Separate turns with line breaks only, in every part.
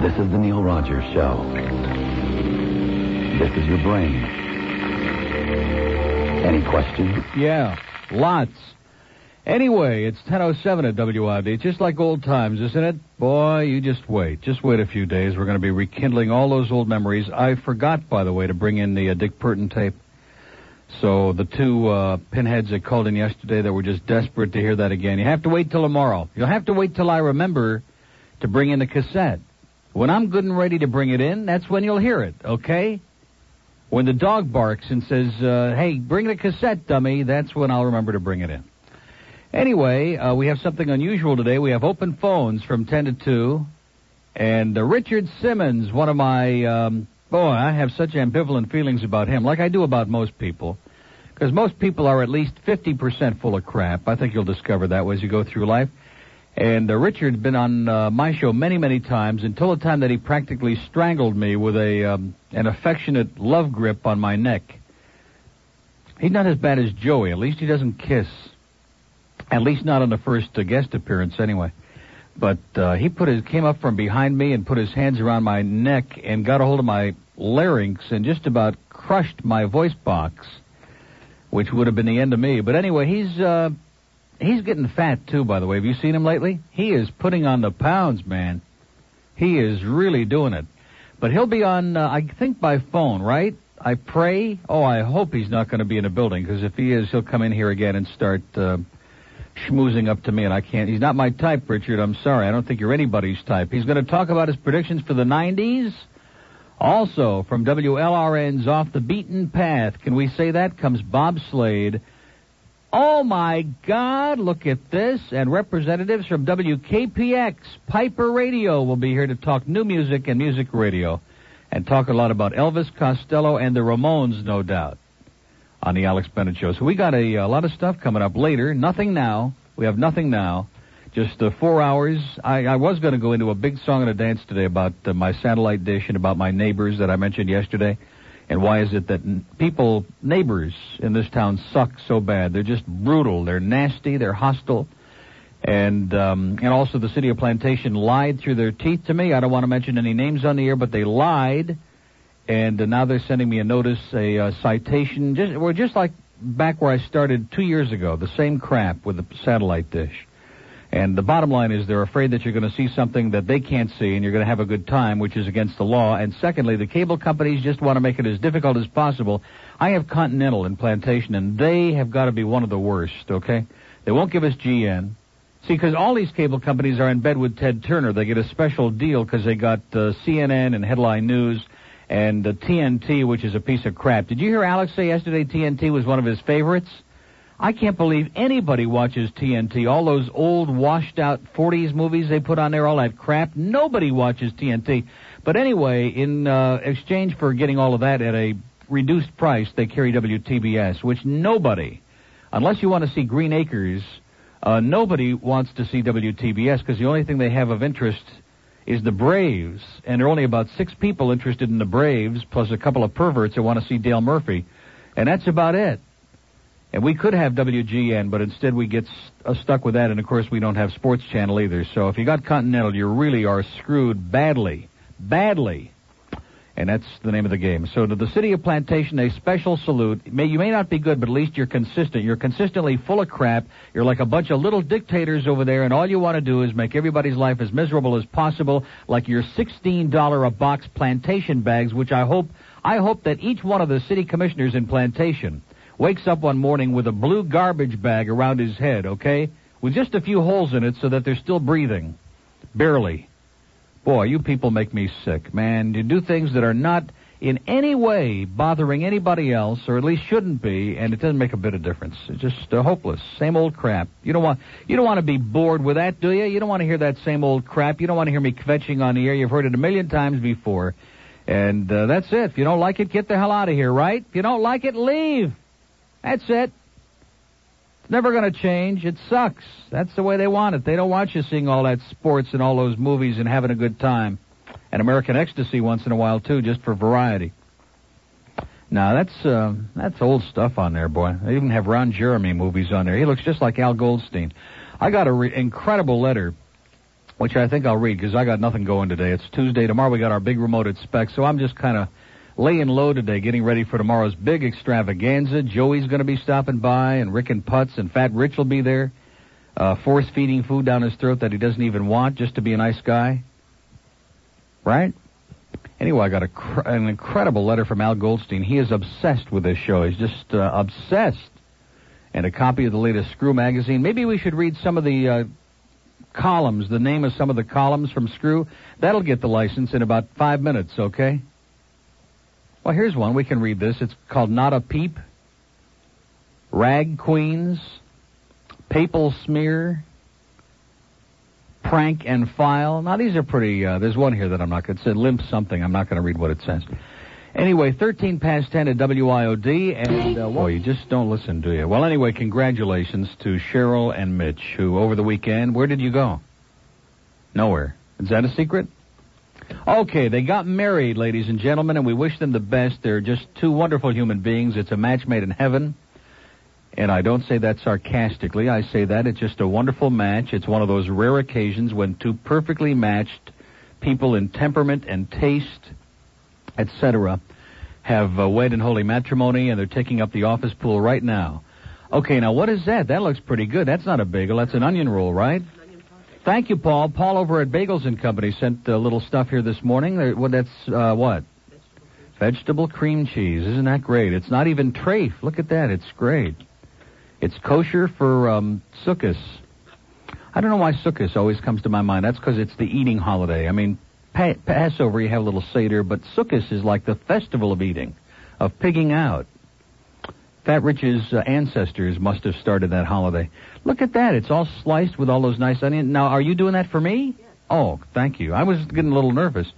This is the Neil Rogers Show. This is your brain. Any questions?
Yeah, lots. Anyway, it's 10.07 at WID. It's just like old times, isn't it? Boy, you just wait. Just wait a few days. We're going to be rekindling all those old memories. I forgot, by the way, to bring in the uh, Dick Burton tape. So the two uh, pinheads that called in yesterday that were just desperate to hear that again. You have to wait till tomorrow. You'll have to wait till I remember to bring in the cassette. When I'm good and ready to bring it in, that's when you'll hear it, okay? When the dog barks and says, uh, hey, bring the cassette, dummy, that's when I'll remember to bring it in. Anyway, uh, we have something unusual today. We have open phones from 10 to 2. And uh, Richard Simmons, one of my, um, boy, I have such ambivalent feelings about him, like I do about most people. Because most people are at least 50% full of crap. I think you'll discover that as you go through life. And uh, Richard's been on uh, my show many, many times until the time that he practically strangled me with a um, an affectionate love grip on my neck. He's not as bad as Joey. At least he doesn't kiss. At least not on the first uh, guest appearance, anyway. But uh, he put his came up from behind me and put his hands around my neck and got a hold of my larynx and just about crushed my voice box, which would have been the end of me. But anyway, he's uh, he's getting fat too. By the way, have you seen him lately? He is putting on the pounds, man. He is really doing it. But he'll be on, uh, I think, by phone, right? I pray. Oh, I hope he's not going to be in a building because if he is, he'll come in here again and start. Uh, schmoozing up to me, and I can't. He's not my type, Richard. I'm sorry. I don't think you're anybody's type. He's going to talk about his predictions for the 90s. Also, from WLRN's Off the Beaten Path, can we say that? Comes Bob Slade. Oh my God, look at this. And representatives from WKPX, Piper Radio, will be here to talk new music and music radio. And talk a lot about Elvis Costello and the Ramones, no doubt on the Alex Bennett Show. So we got a, a lot of stuff coming up later. Nothing now. We have nothing now. Just uh, four hours. I, I was going to go into a big song and a dance today about uh, my satellite dish and about my neighbors that I mentioned yesterday. And why is it that n- people, neighbors in this town suck so bad? They're just brutal. They're nasty. They're hostile. And um, and also the city of Plantation lied through their teeth to me. I don't want to mention any names on the air, but they lied and uh, now they're sending me a notice, a uh, citation. Just we're just like back where I started two years ago, the same crap with the satellite dish. And the bottom line is they're afraid that you're going to see something that they can't see, and you're going to have a good time, which is against the law. And secondly, the cable companies just want to make it as difficult as possible. I have Continental in Plantation, and they have got to be one of the worst. Okay, they won't give us GN. See, because all these cable companies are in bed with Ted Turner. They get a special deal because they got uh, CNN and Headline News and uh, TNT, which is a piece of crap. Did you hear Alex say yesterday TNT was one of his favorites? I can't believe anybody watches TNT. All those old, washed out 40s movies they put on there, all that crap. Nobody watches TNT. But anyway, in uh, exchange for getting all of that at a reduced price, they carry WTBS, which nobody, unless you want to see Green Acres, uh, nobody wants to see WTBS because the only thing they have of interest is the Braves, and there are only about six people interested in the Braves, plus a couple of perverts that want to see Dale Murphy, and that's about it. And we could have WGN, but instead we get st- uh, stuck with that, and of course we don't have Sports Channel either. So if you got Continental, you really are screwed badly, badly. And that's the name of the game. So to the city of Plantation, a special salute. May, you may not be good, but at least you're consistent. You're consistently full of crap. You're like a bunch of little dictators over there, and all you want to do is make everybody's life as miserable as possible, like your $16 a box plantation bags, which I hope, I hope that each one of the city commissioners in Plantation wakes up one morning with a blue garbage bag around his head, okay? With just a few holes in it so that they're still breathing. Barely. Boy, you people make me sick, man. You do things that are not in any way bothering anybody else, or at least shouldn't be, and it doesn't make a bit of difference. It's just uh, hopeless. Same old crap. You don't want you don't want to be bored with that, do you? You don't want to hear that same old crap. You don't want to hear me kvetching on the air. You've heard it a million times before, and uh, that's it. If you don't like it, get the hell out of here, right? If you don't like it, leave. That's it. It's never going to change. It sucks. That's the way they want it. They don't want you seeing all that sports and all those movies and having a good time. And American Ecstasy once in a while, too, just for variety. Now, that's, uh, that's old stuff on there, boy. They even have Ron Jeremy movies on there. He looks just like Al Goldstein. I got an re- incredible letter which I think I'll read because I got nothing going today. It's Tuesday. Tomorrow we got our big remote at Spec, so I'm just kind of laying low today, getting ready for tomorrow's big extravaganza. Joey's going to be stopping by, and Rick and Putz and Fat Rich will be there, uh, force feeding food down his throat that he doesn't even want just to be a nice guy. Right? Anyway, I got a cr- an incredible letter from Al Goldstein. He is obsessed with this show. He's just uh, obsessed. And a copy of the latest Screw magazine. Maybe we should read some of the uh, columns, the name of some of the columns from Screw. That'll get the license in about five minutes, okay? Well, here's one. We can read this. It's called Not a Peep, Rag Queens, Papal Smear, Prank and File. Now, these are pretty. Uh, there's one here that I'm not going to say. Limp something. I'm not going to read what it says. Anyway, 13 past 10 at WIOD, and uh, well, you just don't listen, do you? Well, anyway, congratulations to Cheryl and Mitch, who over the weekend, where did you go? Nowhere. Is that a secret? Okay, they got married, ladies and gentlemen, and we wish them the best. They're just two wonderful human beings. It's a match made in heaven. And I don't say that sarcastically. I say that it's just a wonderful match. It's one of those rare occasions when two perfectly matched people in temperament and taste, etc., have uh, wed in holy matrimony, and they're taking up the office pool right now. Okay, now what is that? That looks pretty good. That's not a bagel. That's an onion roll, right? Thank you, Paul. Paul over at Bagels and Company sent a little stuff here this morning. There- Well, that's uh, what? Vegetable cream cheese. Isn't that great? It's not even trafe. Look at that. It's great. It's kosher for um, Sukkot. I don't know why Sukkot always comes to my mind. That's because it's the eating holiday. I mean, pa- Passover you have a little Seder, but Sukkot is like the festival of eating, of pigging out. Fat Rich's uh, ancestors must have started that holiday. Look at that. It's all sliced with all those nice onions. Now, are you doing that for me? Oh, thank you. I was getting a little nervous.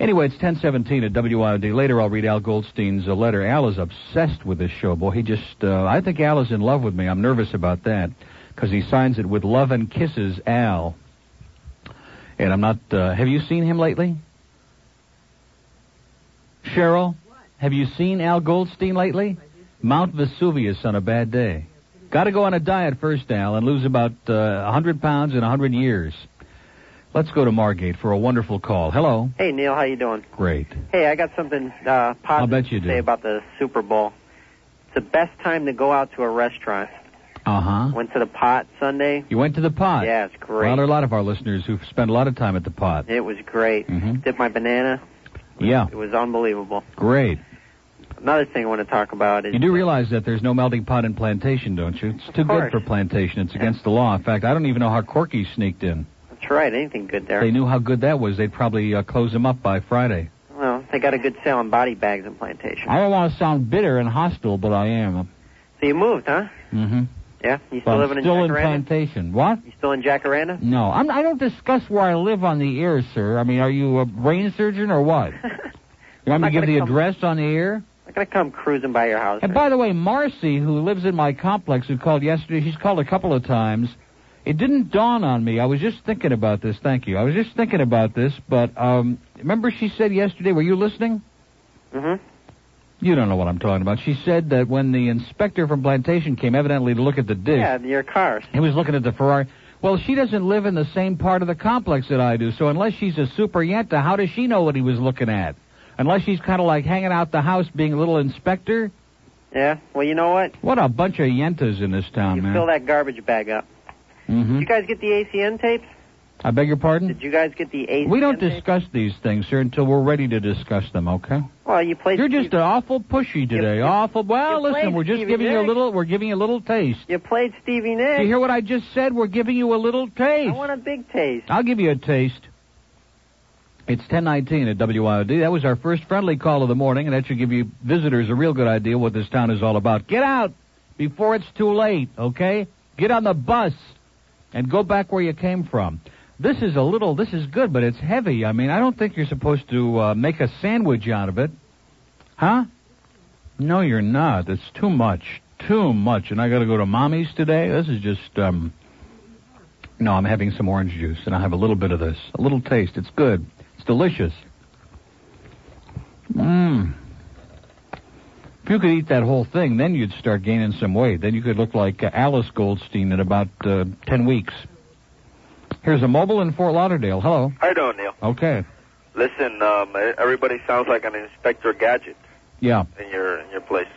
Anyway, it's 1017 at WIOD. Later, I'll read Al Goldstein's uh, letter. Al is obsessed with this show. Boy, he just, uh, I think Al is in love with me. I'm nervous about that because he signs it with love and kisses, Al. And I'm not, uh, have you seen him lately? Cheryl, have you seen Al Goldstein lately? Mount Vesuvius on a bad day. Got to go on a diet first, Al, and lose about uh, 100 pounds in 100 years. Let's go to Margate for a wonderful call. Hello.
Hey Neil, how you doing?
Great.
Hey, I got something uh, positive
I'll bet you
to
do.
say about the Super Bowl. It's the best time to go out to a restaurant.
Uh huh.
Went to the Pot Sunday.
You went to the pot.
Yeah, it's
Well,
great.
there are a lot of our listeners who've spent a lot of time at the pot.
It was great.
Mm-hmm.
Dipped my banana.
Yeah,
It was unbelievable.
great.
Another thing I want to talk about is
You do realize that there's no melting pot in plantation, don't you? It's too good
course.
for plantation. It's against the law. In fact, I don't even know how Corky sneaked in.
that's right. Anything good there?
They knew how good that was. They'd probably uh, close him up by Friday.
well, they got a good sale on body bags in Plantation.
I don't want to sound bitter and hostile, but I am.
So you moved, huh?
Mm-hmm.
Yeah. You still
But I'm
living
still
in
in Mm.
Jacaranda?
plantation. What?
you still in Jacaranda?
No, I'm, I don't discuss where I live on the air, sir. I mean, are you a brain surgeon or what? You want me to
I
give
gotta
the
come-
address on the air?
I'm gonna come cruising by your house.
And by the way, Marcy, who lives in my complex, who called yesterday, she's called a couple of times. It didn't dawn on me. I was just thinking about this. Thank you. I was just thinking about this, but um, remember she said yesterday, were you listening?
mm-hmm.
You don't know what I'm talking about. She said that when the inspector from Plantation came evidently to look at the dish,
Yeah, your car.
He was looking at the Ferrari. Well, she doesn't live in the same part of the complex that I do, so unless she's a super yenta, how does she know what he was looking at? Unless she's kind of like hanging out the house being a little inspector.
Yeah. Well, you know what?
What a bunch of yentas in this town,
you
man.
fill that garbage bag up. Did
hmm
you guys get the ACN tapes?
I beg your pardon?
Did you guys get the ACN
We don't
tapes?
discuss these things, sir, until we're ready to discuss them, okay?
Well, you played.
You're just
you,
an awful pushy today.
you-
awful. Well,
you
listen,
played
we're just
Stevie
giving you a
Nicks.
little. We're giving you a little taste.
you played Stevie Nicks.
Do you hear what I just said? We're giving you a little
I
taste.
want a big taste.
I'll give you a taste. It's 1019 at WIOD. That was our first friendly call of the morning, and that should give you visitors a real good idea what this town is all about. Get out before it's too late, okay? Get on the bus and go back where you came from. This is a little, this is good, but it's heavy. I mean, I don't think you're supposed to uh, make a sandwich out of it. Huh? No, you're not. It's too much. Too much. And I got to go to mommy's today. This is just, um, no, I'm having some orange juice, and I have a little bit of this, a little taste. It's good. It's delicious. Mmm. If you could eat that whole thing, then you'd start gaining some weight. Then you could look like uh, Alice Goldstein in about uh, ten weeks. Here's a mobile in Fort Lauderdale. Hello.
How you doing, Neil?
Okay.
Listen, um, everybody sounds like an Inspector Gadget
Yeah.
in your in your place.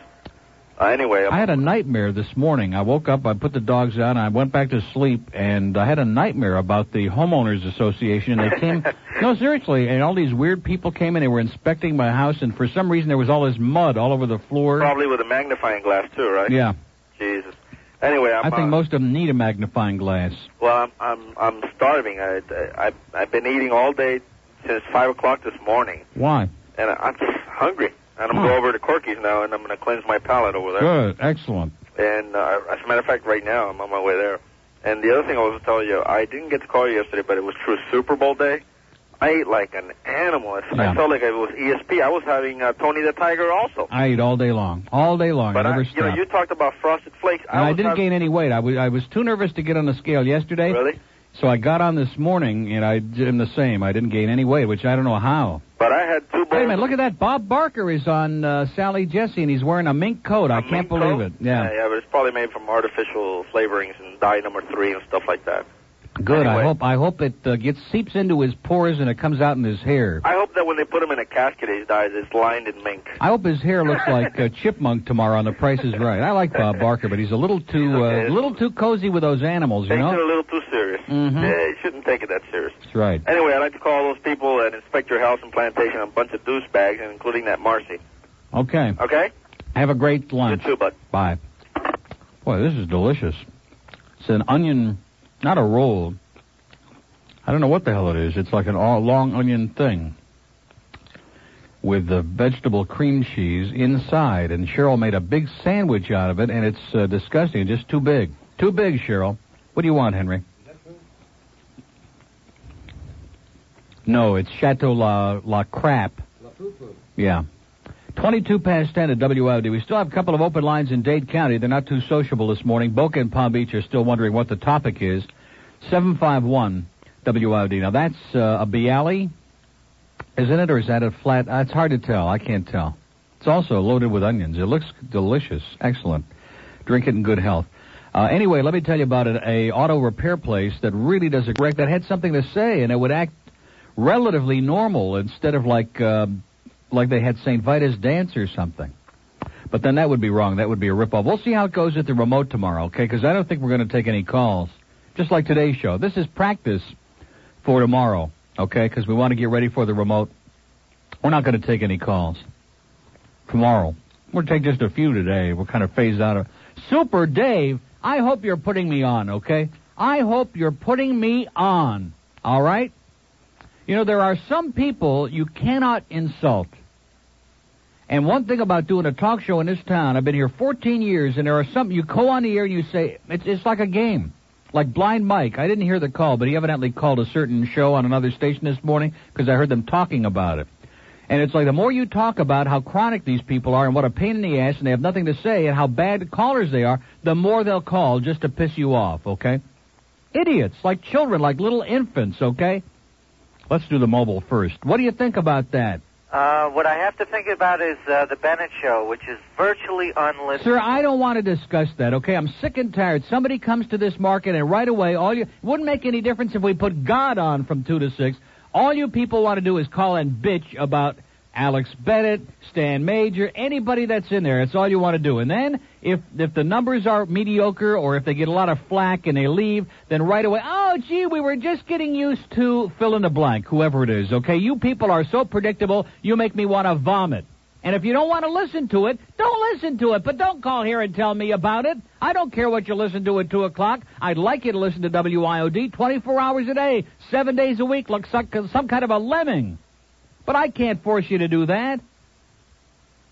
Uh, anyway,
I had a nightmare this morning. I woke up, I put the dogs out, and I went back to sleep, and I had a nightmare about the homeowners association. And they came, no, seriously, and all these weird people came in. They were inspecting my house, and for some reason there was all this mud all over the floor.
probably with a magnifying glass too, right?
Yeah,
Jesus. Anyway, I'm.
I
uh,
think most of them need a magnifying glass.
Well, I'm I'm I'm starving. I, I I've been eating all day since five o'clock this morning,
Why?
and I'm just hungry. And I'm
Hmm.
going over to Corky's now, and I'm going to cleanse my palate over there.
Good, excellent.
And uh, as a matter of fact, right now I'm on my way there. And the other thing I was telling you, I didn't get to call you yesterday, but it was true Super Bowl day. I ate like an animal. It's-
Yeah.
I felt like it was ESP. I was having uh, Tony the Tiger also.
I ate all day long, all day long.
but I,
I never
you know,
stopped.
you talked about frosted flakes.
and I
was
didn't
having,
gain any weight. I was I was too nervous to get on the scale yesterday,
really,
so I got on this morning, and I am the same. I didn't gain any weight, which I don't know how.
but I had two bowls.
Wait a minute, look at that. Bob Barker is on uh, Sally Jesse, and he's wearing a mink coat. I
A
can't
mink
believe
coat?
it. Yeah.
yeah, but it's probably made from artificial flavorings and dye number three and stuff like that.
Good. I
Anyway.
hope I hope it uh, gets seeps into his pores and it comes out in his hair.
I hope that when they put him in a casket, he dies. It's lined in mink.
I hope his hair looks like a chipmunk tomorrow on The Price is Right. I like Bob Barker, but he's a little too uh,
Okay.
a little too cozy with those animals, you
Takes it a
know.
little too serious.
Mhm.
Yeah, you shouldn't take it that serious.
That's right.
Anyway, I'd like to call those people at Inspector House and Plantation a bunch of douchebags, and including that Marcy.
Okay.
Okay?
Have a great lunch.
You too, bud.
Bye. Boy, this is delicious. It's an onion, not a roll. I don't know what the hell it is. It's like an all long onion thing with the vegetable cream cheese inside. And Cheryl made a big sandwich out of it, and it's uh, disgusting. It's just too big. Too big, Cheryl. What do you want, Henry? No, it's Chateau La, La Crap. Yeah. 22 past 10 at WIOD. We still have a couple of open lines in Dade County. They're not too sociable this morning. Boca and Palm Beach are still wondering what the topic is. 751 WIOD. Now, that's uh, a Bialy, isn't it? Or is that a flat? Uh, it's hard to tell. I can't tell. It's also loaded with onions. It looks delicious. Excellent. Drink it in good health. Uh, anyway, let me tell you about an a auto repair place that really does a great, that had something to say, and it would act relatively normal instead of like... Uh, like they had St. Vitus dance or something. But then that would be wrong. That would be a ripoff. We'll see how it goes at the remote tomorrow, okay? Because I don't think we're going to take any calls. Just like today's show. This is practice for tomorrow, okay? Because we want to get ready for the remote. We're not going to take any calls tomorrow. We'll take just a few today. We're kind of phased out of. Super Dave, I hope you're putting me on, okay? I hope you're putting me on, all right? You know, there are some people you cannot insult. And one thing about doing a talk show in this town, I've been here 14 years, and there are some you go on the air and you say it's it's like a game, like Blind Mike. I didn't hear the call, but he evidently called a certain show on another station this morning because I heard them talking about it. And it's like the more you talk about how chronic these people are and what a pain in the ass and they have nothing to say and how bad callers they are, the more they'll call just to piss you off, okay? Idiots, like children, like little infants, okay? Let's do the mobile first. What do you think about that?
Uh, what I have to think about is uh, the Bennett Show, which is virtually unlistenable.
Sir, I don't want to discuss that, okay? I'm sick and tired. Somebody comes to this market and right away all you it wouldn't make any difference if we put God on from 2 to 6. All you people want to do is call and bitch about Alex Bennett, Stan Major, anybody that's in there. That's all you want to do. And then if if the numbers are mediocre or if they get a lot of flack and they leave, then right away, oh gee, we were just getting used to fill in the blank, whoever it is, okay? You people are so predictable, you make me want to vomit. And if you don't want to listen to it, don't listen to it. But don't call here and tell me about it. I don't care what you listen to at 2 o'clock. I'd like you to listen to WIOD 24 hours a day, 7 days a week, like some, some kind of a lemming. But I can't force you to do that.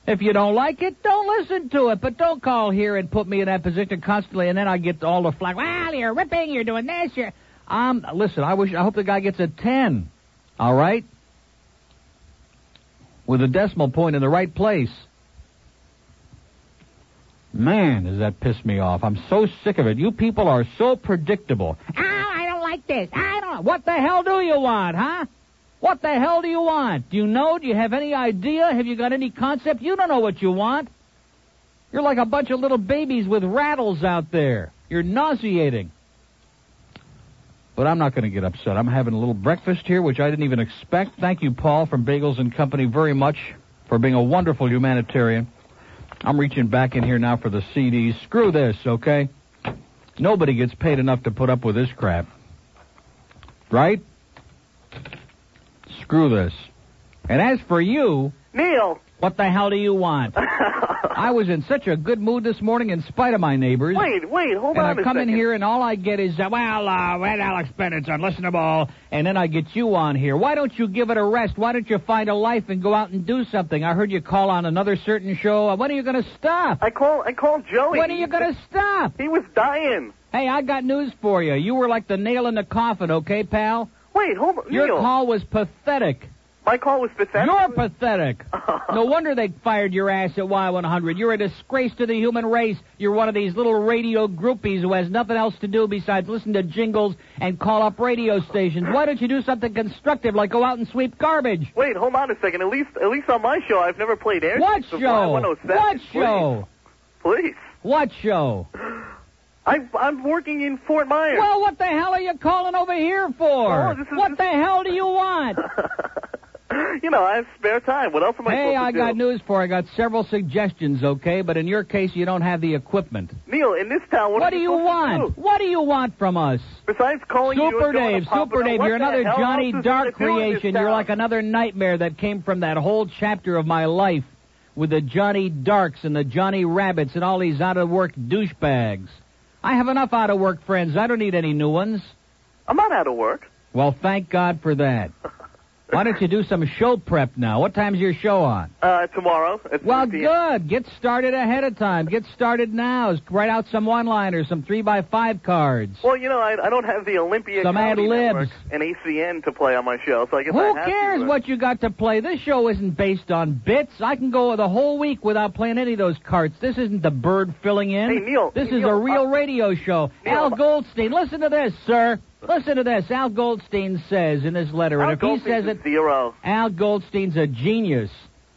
If you don't like it, don't listen to it. But don't call here and put me in that position constantly, and then I get all the flack. Well, you're ripping, you're doing this, you're... Um, listen, I wish, I hope the guy gets a 10, all right? with a decimal point in the right place. Man, does that piss me off. I'm so sick of it. You people are so predictable. Oh, I don't like this. I don't. What the hell do you want, huh? What the hell do you want? Do you know? Do you have any idea? Have you got any concept? You don't know what you want. You're like a bunch of little babies with rattles out there. You're nauseating. But I'm not going to get upset. I'm having a little breakfast here, which I didn't even expect. Thank you, Paul, from Bagels and Company, very much for being a wonderful humanitarian. I'm reaching back in here now for the CDs. Screw this, okay? Nobody gets paid enough to put up with this crap. Right? Screw this. And as for you,
Neil.
what the hell do you want? I was in such a good mood this morning in spite of my neighbors.
Wait, wait, hold on
and I
a
come
second.
in here and all I get is, uh, well, uh, Red Alex Bennett's unlistenable, and then I get you on here. Why don't you give it a rest? Why don't you find a life and go out and do something? I heard you call on another certain show. Uh, When are you going to stop?
I call I called Joey.
When are you going to stop?
He was dying.
Hey, I got news for you. You were like the nail in the coffin, okay, pal?
Wait, hold on.
Your
Neil.
call was pathetic.
My call was pathetic.
You're pathetic. No wonder they fired your ass at Y100. You're a disgrace to the human race. You're one of these little radio groupies who has nothing else to do besides listen to jingles and call up radio stations. Why don't you do something constructive like go out and sweep garbage?
Wait, hold on a second. At least at least on my show I've never played air.
What
before.
show? What
107,
show?
Please. please.
What show?
I I'm working in Fort Myers.
Well, what the hell are you calling over here
Oh,
for?
this is-
What the hell do you want?
you know, I have spare time. What else am I supposed
Hey,
to
I
do?
got news for. you. I got several suggestions, okay? But in your case, you don't have the equipment.
Neil, in this town, what,
What
are
do you
supposed to
want? What do you want from us?
do? Besides calling Oh, you
Super
and going to
Dave,
Pompano,
Super Dave,
what
you're
the
another
hell
Johnny
else is there
Dark
to do in this
creation. You're
town?
like another nightmare that came from that whole chapter of my life with the Johnny Darks and the Johnny Rabbits and all these out of work douchebags. I have enough out of work friends. I don't need any new ones.
I'm not out of work.
Well, thank God for that. Why don't you do some show prep now? What time's your show on?
Uh, tomorrow. At
Well,
3 p.m.
good. Get started ahead of time. Get started now. Write out some one-liners, some three-by-five cards.
Well, you know, I, I don't have the Olympia
Some ad
Comedy
libs.
Network and ACN to play on my show, so I guess I
Who
have
cares
to, uh,
what you got to play? This show isn't based on bits. I can go the whole week without playing any of those cards. This isn't the bird filling in.
Hey, Neil,
This
hey,
is
Neil,
a real
uh,
radio show.
Neil,
Al
uh,
Goldstein, listen to this, sir. Listen to this. Al Goldstein says in this letter,
Al
and if he
Goldstein's
says it,
a zero.
Al Goldstein's a genius.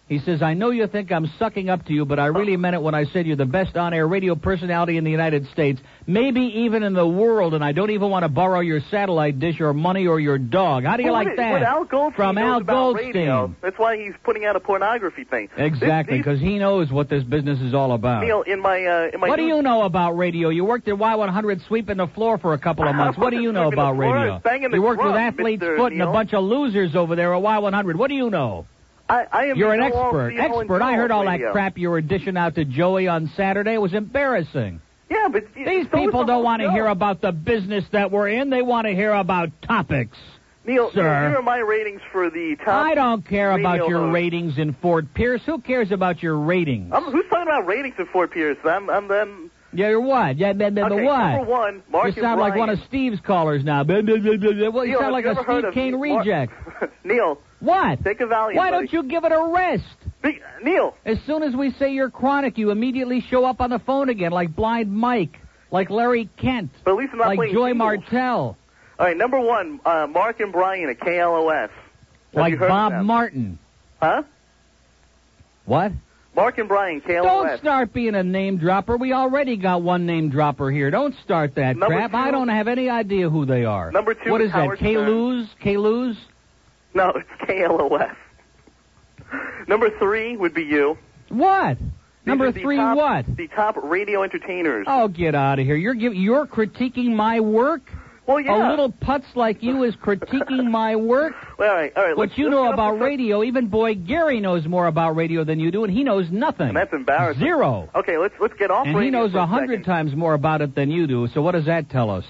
He says, I know you think I'm sucking up to you, but I really meant it when I said you're the best on air radio personality in the United States, maybe even in the world, and I don't even want to borrow your satellite dish or money or your dog. How do you
Well,
like
what,
that?
What Al Goldstein
From
knows
Al
about
Goldstein.
radio, that's why he's putting out a pornography thing. This-
Exactly,
these-
because he knows what this business is all about.
Neil, in my uh, in my
what do
news-
you know about radio? You worked at Y100 sweeping the floor for a couple of months. What do you know
Sweeping the
about
floor
radio?
and banging the
You worked with
drum,
Athlete's
Mr.
Foot and a
Neil.
bunch of losers over there at Y100. What do you know?
I, I am
You're an
the know-all,
expert.
see-all, and
Expert. I heard all that
know-all
crap you were dishing out to Joey on Saturday. It was embarrassing.
radio. Yeah, but
These people don't want to hear about the business that we're in. They want to hear about topics.
Neil,
sir.
Neil, here are my ratings for the top.
I don't care
radio
about your
host.
ratings in Fort Pierce. Who cares about your ratings?
I'm, who's talking about ratings at Fort Pierce? I'm, I'm, I'm
Yeah, you're what? Yeah, the, the, the
okay,
what?
Number one, Mark
you sound like one of Steve's callers now. Blah, blah, blah, blah, blah. Well, you
Neil,
sound
have
like
you
a
ever heard
Steve
of
Kane
Mark-
reject.
Neil,
What?
take a Valium.
Why
buddy.
don't you give it a rest?
Be- Neil,
As soon as we say you're chronic, you immediately show up on the phone again, like Blind Mike, like Larry Kent,
but at least I'm not
like
playing
Joy
singles.
Martell,
All right, number one, uh, Mark and Brian at KLOS. Have you
like
heard
Bob
of them?
Martin.
Huh?
What?
Mark and Brian,
Don't
KLOS.
start being a name dropper. We already got one name dropper here. Don't start that
Number
crap. I
two-
don't have any idea who they are.
Number two
What
is
is that?
Howard Stern.
K-Luz? K-Luz?
No, it's KLOS. number three would be you.
What?
These
Number
are the
three,
top-
what?
The top radio entertainers.
Oh, get out of here! You're giv you're critiquing my work.
well, yeah.
A little putz like you is critiquing my work.
All right, all right.
What
let's-
you
let's
know
get up
about
to some-
radio, even boy Gary knows more about radio than you do, and he knows nothing.
That's embarrassing.
Zero.
Okay, let's let's get off.
And
radio
he knows
for a
a hundred
second.
times more about it than you do. So what does that tell us?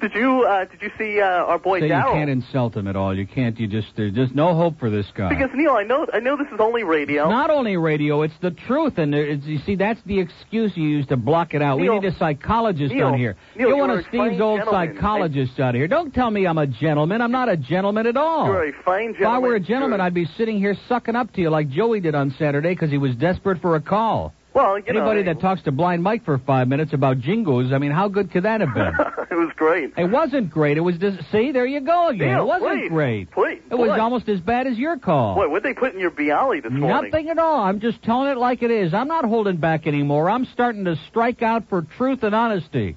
Did you uh, did you see uh, our boy
Say you
Daryl?
can't insult him at all. You can't. You just there's just no hope for this guy.
Because Neil, I know I know this is only radio.
Not only radio, it's the truth, and there- it's, you see that's the excuse you use to block it out.
Neil-
we need a psychologist
Neil,
on here.
Neil,
Get
you
one
are
of
a
Steve's
fine
old
gentleman.
psychologists out here. Don't tell me I'm a gentleman. I'm not a gentleman at all.
You're a fine
if
gentleman.
I were a gentleman,
Sure.
I'd be sitting here sucking up to you like Joey did on Saturday because he was desperate for a call.
well, you
Anybody
know,
that talks to Blind Mike for five minutes about jingles, I mean, how good could that have been?
it was great.
it wasn't great. It was just, see, there you go again.
Neil,
it wasn't
please,
great.
Please,
It was
what?
almost as bad as your call.
What would they put in your Bialy this morning?
Oh. Nothing at all. I'm just telling it like it is. I'm not holding back anymore. I'm starting to strike out for truth and honesty.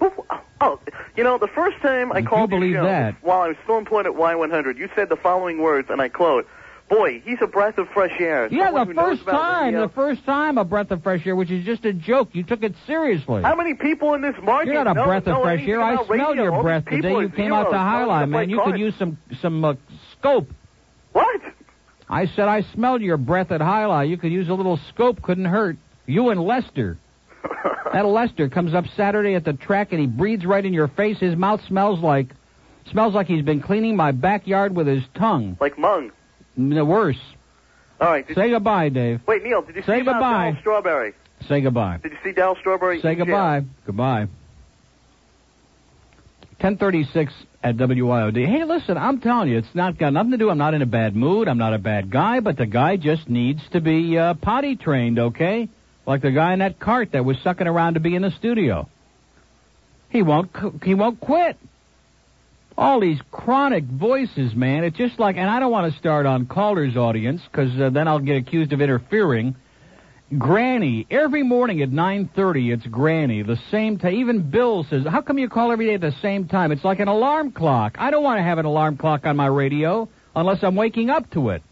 Oh, oh, You know, the first time I
You
called
believe
your show,
that?
while I was still employed at Y100, you said the following words, and I quote, "Boy, he's a breath of fresh air."
Yeah,
someone
the
who knows
first
about uh,
time,
radio."
the first time a breath of fresh air, which is just a joke. You took it seriously.
How many people in this market?
You're not a
know-
breath of
know
fresh
anything
air. I
about
smelled
radio?
your
All
breath
these
the day
people
you
are
came out
zeros.
to
Tell them to
Highline, man.
play
You could
cards.
use some some uh, scope.
What?
I said I smelled your breath at Highline. You could use a little scope. Couldn't hurt. You and Lester. that Lester comes up Saturday at the track and he breathes right in your face. His mouth smells like smells like he's been cleaning my backyard with his tongue.
Like Mung.
N- Worse.
All right. Did,
Say goodbye, Dave.
wait, Neil, did you
Say
see about
goodbye.
Dallas Strawberry?
Say goodbye.
Did you see Dallas Strawberry?
Say
in jail?
goodbye. Goodbye. 1036 at WIOD. Hey, listen, I'm telling you, it's not got nothing to do. I'm not in a bad mood. I'm not a bad guy, but the guy just needs to be uh, potty trained, okay? Like the guy in that cart that was sucking around to be in the studio. He won't. c- He won't quit. All these chronic voices, man. It's just like, and I don't want to start on callers' audience because uh, then I'll get accused of interfering. Granny. Every morning at 9:30, it's Granny. The same time. Even Bill says, "How come you call every day at the same time? It's like an alarm clock. I don't want to have an alarm clock on my radio unless I'm waking up to it."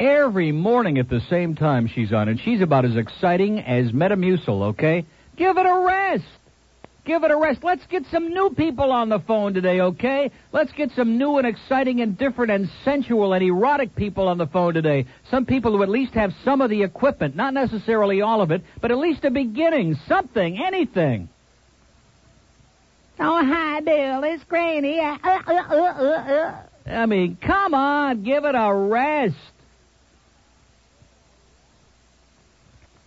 Every morning at the same time she's on, and she's about as exciting as Metamucil. Okay, give it a rest. Give it a rest. Let's get some new people on the phone today, okay? Let's get some new and exciting and different and sensual and erotic people on the phone today. Some people who at least have some of the equipment, not necessarily all of it, but at least a beginning, something, anything. Oh, hi, Bill. It's Granny. Uh, uh, uh, uh, uh. I mean, come on, give it a rest.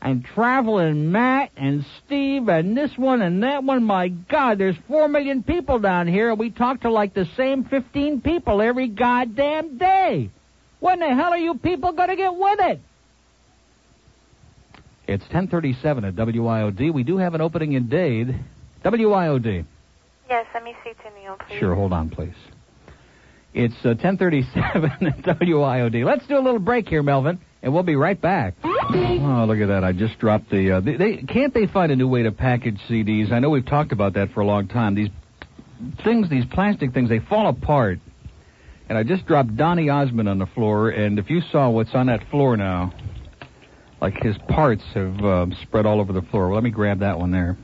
and traveling Matt and Steve and this one and that one. My God, there's four million people down here, and we talk to like the same fifteen people every goddamn day. When the hell are you people gonna get with it? It's 10:37 at WIOD. We do have an opening in Dade. WIOD.
Yes, let me see to Neil, please.
Sure, hold on, please. It's uh, 10:37 at WIOD. Let's do a little break here, Melvin, and we'll be right back. Oh, look at that! I just dropped the. Uh, they, they can't they find a new way to package CDs? I know we've talked about that for a long time. These things, these plastic things, they fall apart. And I just dropped Donny Osmond on the floor, and if you saw what's on that floor now, like his parts have uh, spread all over the floor. Well, let me grab that one there.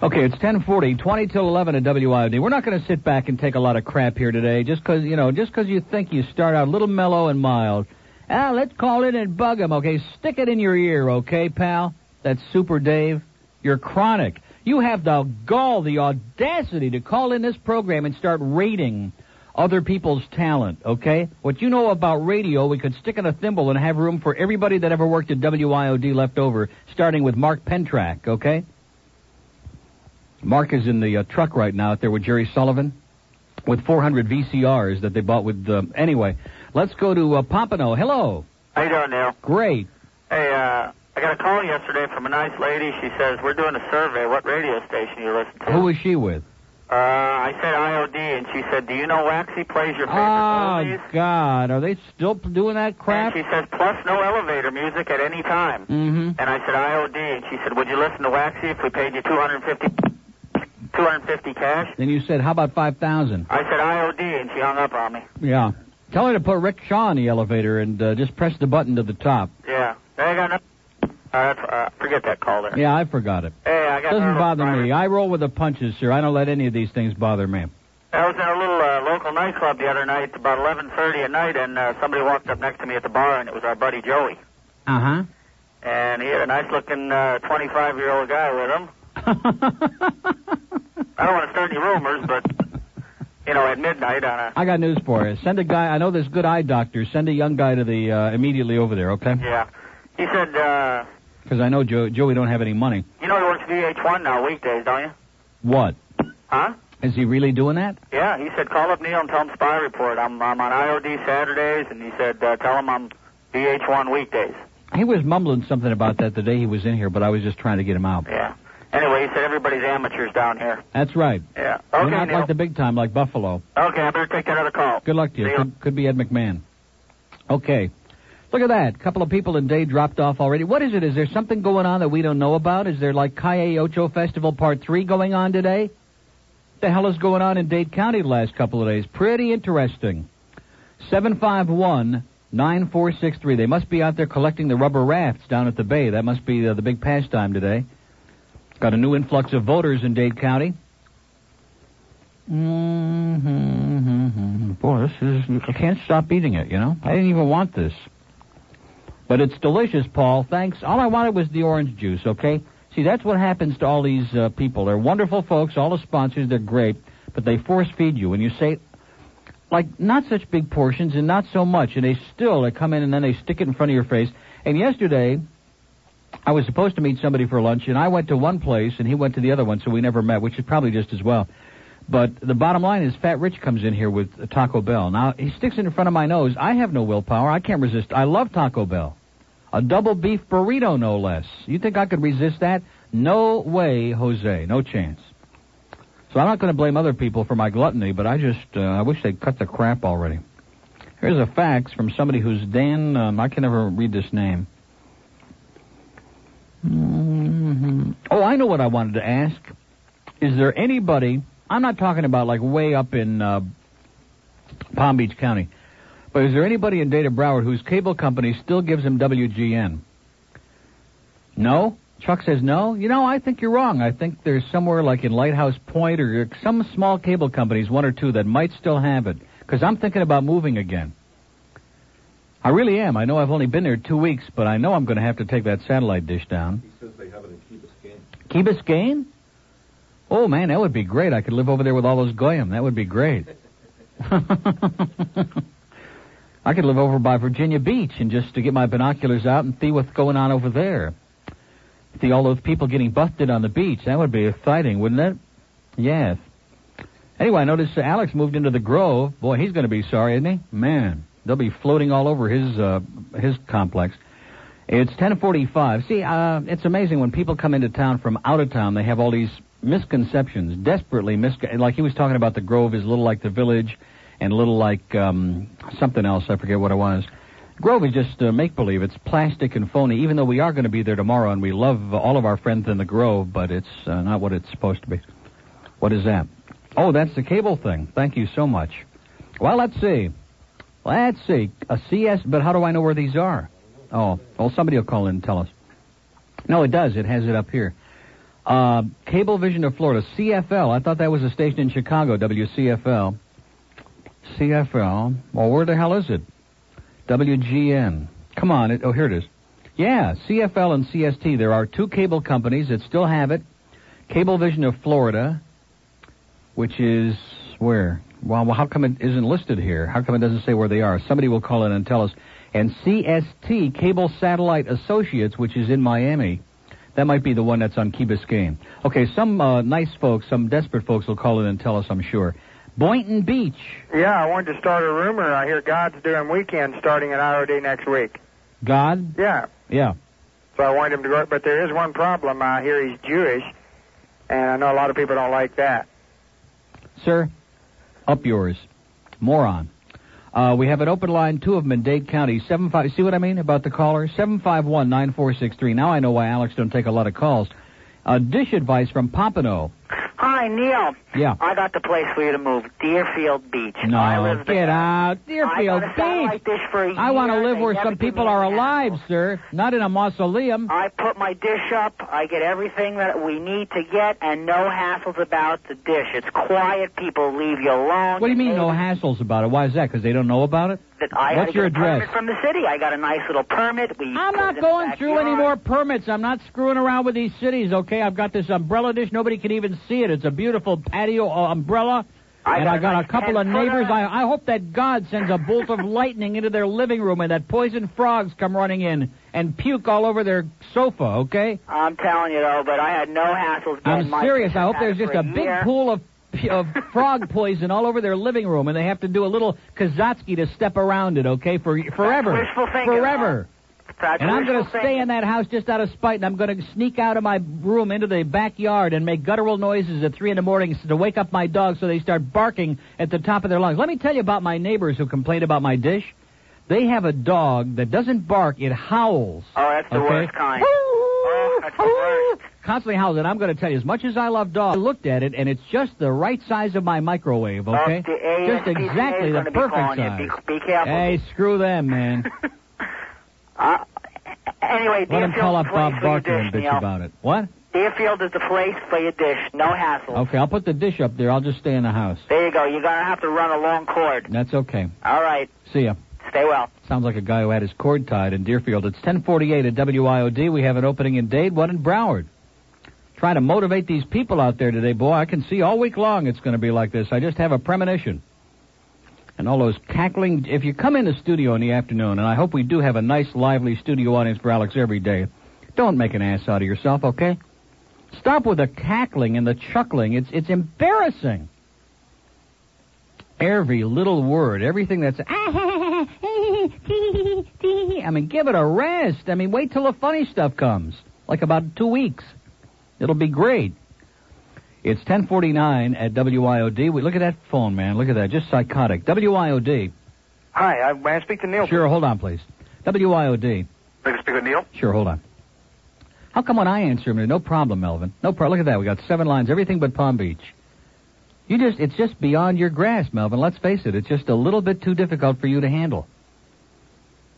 Okay, it's 1040, 20 till 11 at WIOD. We're not going to sit back and take a lot of crap here today just 'cause you know, just 'cause you think you start out a little mellow and mild. Ah, let's call in and bug 'em, okay? Stick it in your ear, okay, pal? That's Super Dave. You're chronic. You have the gall, the audacity to call in this program and start rating other people's talent, okay? What you know about radio, we could stick in a thimble and have room for everybody that ever worked at WIOD left over, starting with Mark Pentrack, okay? Mark is in the uh, truck right now out there with Jerry Sullivan with 400 VCRs that they bought with. Um, anyway, let's go to uh, Pompano. Hello.
How you doing, Neil?
Great.
Hey, uh, I got a call yesterday from a nice lady. She says we're doing a survey. What radio station you listen to?
Who is she with?
Uh, I said IOD, and she said, "Do you know Waxy plays your favorite
Oh,
movies?"
God. Are they still p- doing that crap?
And she says, "Plus no elevator music at any time."
Mm
And I said IOD, and she said, "Would you listen to Waxy if we paid you 250, 250 cash?"
Then you said, how about 5,000?
I said IOD, and she hung up on me.
Yeah. Tell her to put Rick Shaw in the elevator and uh, just press the button to the top.
Yeah, I got no. Uh, that's- uh, forget that call there.
Yeah, I forgot it.
Hey, I got
Doesn't
another
bother
private-
me. I roll with the punches, sir. I don't let any of these things bother me.
I was in a little uh, local nightclub the other night, about 11:30 at night, and uh, somebody walked up next to me at the bar, and it was our buddy Joey,
Uh
and he had a nice-looking 25-year-old guy with him.
huh.
I don't want to start any rumors, but you know, at midnight on a
I got news for you. Send a guy. I know there's good eye doctors. Send a young guy to the uh, immediately over there, okay?
yeah, he said, uh,
Because I know Joe, Joey don't have any money.
you know, he works VH1 now weekdays, don't you?
What?
Huh?
Is he really doing that?
Yeah, he said, call up Neil and tell him Spy Report. I'm I'm on IOD Saturdays, and he said, uh, tell him I'm VH1 weekdays.
He was mumbling something about that the day he was in here, but I was just trying to get him out.
Yeah. Anyway, he said everybody's amateurs down here.
That's right.
Yeah.
We're
Okay,
not
Neil.
like the big time, like Buffalo.
Okay, I better take that other call.
Good luck to you.
Neil.
Could, could be Ed McMahon. Okay. Look at that. A couple of people in day dropped off already. What is it? Is there something going on that we don't know about? Is there like Calle Ocho Festival Part 3 going on today? What the hell is going on in Dade County the last couple of days? Pretty interesting. 751 9463. They must be out there collecting the rubber rafts down at the bay. That must be uh, the big pastime today. Got a new influx of voters in Dade County. Mm-hmm. Boy, this is. I can't stop eating it, you know? I didn't even want this. But it's delicious, Paul. Thanks. All I wanted was the orange juice, okay? See, that's what happens to all these uh, people. They're wonderful folks, all the sponsors, they're great, but they force feed you. And you say, like, not such big portions and not so much. And they still, they come in and then they stick it in front of your face. And yesterday, I was supposed to meet somebody for lunch, and I went to one place and he went to the other one, so we never met, which is probably just as well. But the bottom line is, Fat Rich comes in here with Taco Bell. Now he sticks it in front of my nose. I have no willpower. I can't resist. I love Taco Bell, a double beef burrito, no less. You think I could resist that? No way, Jose. No chance. So I'm not going to blame other people for my gluttony, but I just uh, I wish they'd cut the crap already. Here's a fax from somebody who's Dan. Um, I can never read this name. Mm-hmm. Oh, I know what I wanted to ask. Is there anybody? I'm not talking about like way up in uh, Palm Beach County, but is there anybody in Data Broward whose cable company still gives them WGN? No? Chuck says no. You know, I think you're wrong. I think there's somewhere like in Lighthouse Point or some small cable companies, one or two, that might still have it. Because I'm thinking about moving again. I really am. I know I've only been there two weeks, but I know I'm going to have to take that satellite dish down.
He says they have it in Key Biscayne.
Key Biscayne? Oh man, that would be great. I could live over there with all those goyim. That would be great. I could live over by Virginia Beach and just to get my binoculars out and see what's going on over there. See all those people getting busted on the beach. That would be exciting, wouldn't it? Yes. Anyway, I noticed Alex moved into the Grove. Boy, he's going to be sorry, isn't he? Man, they'll be floating all over his uh, his complex. It's 10:45. See, uh, it's amazing when people come into town from out of town. They have all these misconceptions, desperately mis like he was talking about the Grove is a little like the village and a little like um, something else. I forget what it was. Grove is just uh, make believe. It's plastic and phony. Even though we are going to be there tomorrow and we love all of our friends in the Grove, but it's uh, not what it's supposed to be. What is that? Oh, that's the cable thing. Thank you so much. Well, let's see. Let's see. A CS, but how do I know where these are? Oh, well, somebody will call in and tell us. No, it does. It has it up here. Uh, Cablevision of Florida, CFL. I thought that was a station in Chicago, WCFL. CFL. Well, where the hell is it? WGN. Come on. It, oh, here it is. Yeah, CFL and CST. There are two cable companies that still have it. Cablevision of Florida, which is where? Well, well, how come it isn't listed here? How come it doesn't say where they are? Somebody will call in and tell us. And CST, Cable Satellite Associates, which is in Miami. That might be the one that's on Key Biscayne. Okay, some uh, nice folks, some desperate folks will call in and tell us, I'm sure. Boynton Beach.
Yeah, I wanted to start a rumor. I hear God's doing weekends starting at IOD next week.
God?
Yeah.
Yeah.
So I wanted him to go, but there is one problem. I hear he's Jewish, and I know a lot of people don't like that.
Sir, up yours. Moron. Uh, we have an open line, two of them in Dade County. Seven five. See what I mean about the caller? Seven five one nine four six three. Now I know why Alex don't take a lot of calls. Uh, dish advice from Pompano.
Hi, Neil.
Yeah.
I got the place for you to move, Deerfield Beach.
No,
I live
get
there.
out,
I
Deerfield
got a
Beach.
satellite dish for a
I
year.
want to live
They
where
never
some
give me
people
an
are
answer.
alive, sir. Not in a mausoleum.
I put my dish up. I get everything that we need to get, and no hassles about the dish. It's quiet. People leave you alone.
What do you mean,
They-
no hassles about it? Why is that? Because they don't know about it?
that I
What's
I got
your
a
address?
Permit from the city. I got a nice little permit. We
I'm
put it in
not
the
going through any
backyard.
more permits. I'm not screwing around with these cities, okay? I've got this umbrella dish. Nobody can even see it. It's a beautiful patio uh, umbrella.
I
and
got
I
a
got
nice
a couple of
10-footer.
neighbors. I, I hope that God sends a bolt of lightning into their living room and that poison frogs come running in and puke all over their sofa, okay?
I'm telling you though, but I had no hassles.
I'm
getting my
serious.
dish
I hope
out
there's just
for
a big
year.
pool of of frog poison all over their living room, and they have to do a little Kazatsky to step around it, okay? For forever,
wishful thinking,
forever.
That's
And I'm going to
wishful
stay in that house just out of spite, and I'm going to sneak out of my room into the backyard and make guttural noises at 3 in the morning to wake up my dogs so they start barking at the top of their lungs. Let me tell you about my neighbors who complained about my dish. They have a dog that doesn't bark; it howls.
Oh, that's the
okay?
worst kind. oh, that's the worst.
Constantly howls, and I'm going to tell you, as much as I love dogs, I looked at it, and it's just the right size of my microwave. Okay,
Oh, the
just
ASPCA is
exactly
gonna
the
be
perfect
calling you.
size. Eh?
Be, be careful.
Hey, screw them, man.
Uh, anyway,
Let him
Deerfield
call up
is the
Bob
place for your
Barker
dish,
and bitch
Neil.
about it. What?
Deerfield is the place for your dish. No hassle.
Okay, I'll put the dish up there. I'll just stay in the house.
There you go. You're gonna have to run a long cord.
That's okay.
All right.
See ya.
Stay well.
Sounds like a guy who had his cord tied in Deerfield. It's 1048 at WIOD. We have an opening in Dade, one in Broward. Trying to motivate these people out there today, boy. I can see all week long it's going to be like this. I just have a premonition. And all those cackling. If you come in the studio in the afternoon, and I hope we do have a nice, lively studio audience for Alex every day, don't make an ass out of yourself, okay? Stop with the cackling and the chuckling. It's, it's embarrassing. Every little word, everything that's I mean, give it a rest. I mean, wait till the funny stuff comes, like about two weeks. It'll be great. It's 1049 at WIOD. We look at that phone, man. Look at that. Just psychotic. WIOD.
Hi, I, may I speak to Neil?
Sure, hold on, please. WIOD.
May I speak with Neil?
Sure, hold on. How come when I answer him, there's no problem, Melvin? No problem. Look at that. We got seven lines, everything but Palm Beach. You just, it's just beyond your grasp, Melvin. Let's face it. It's just a little bit too difficult for you to handle.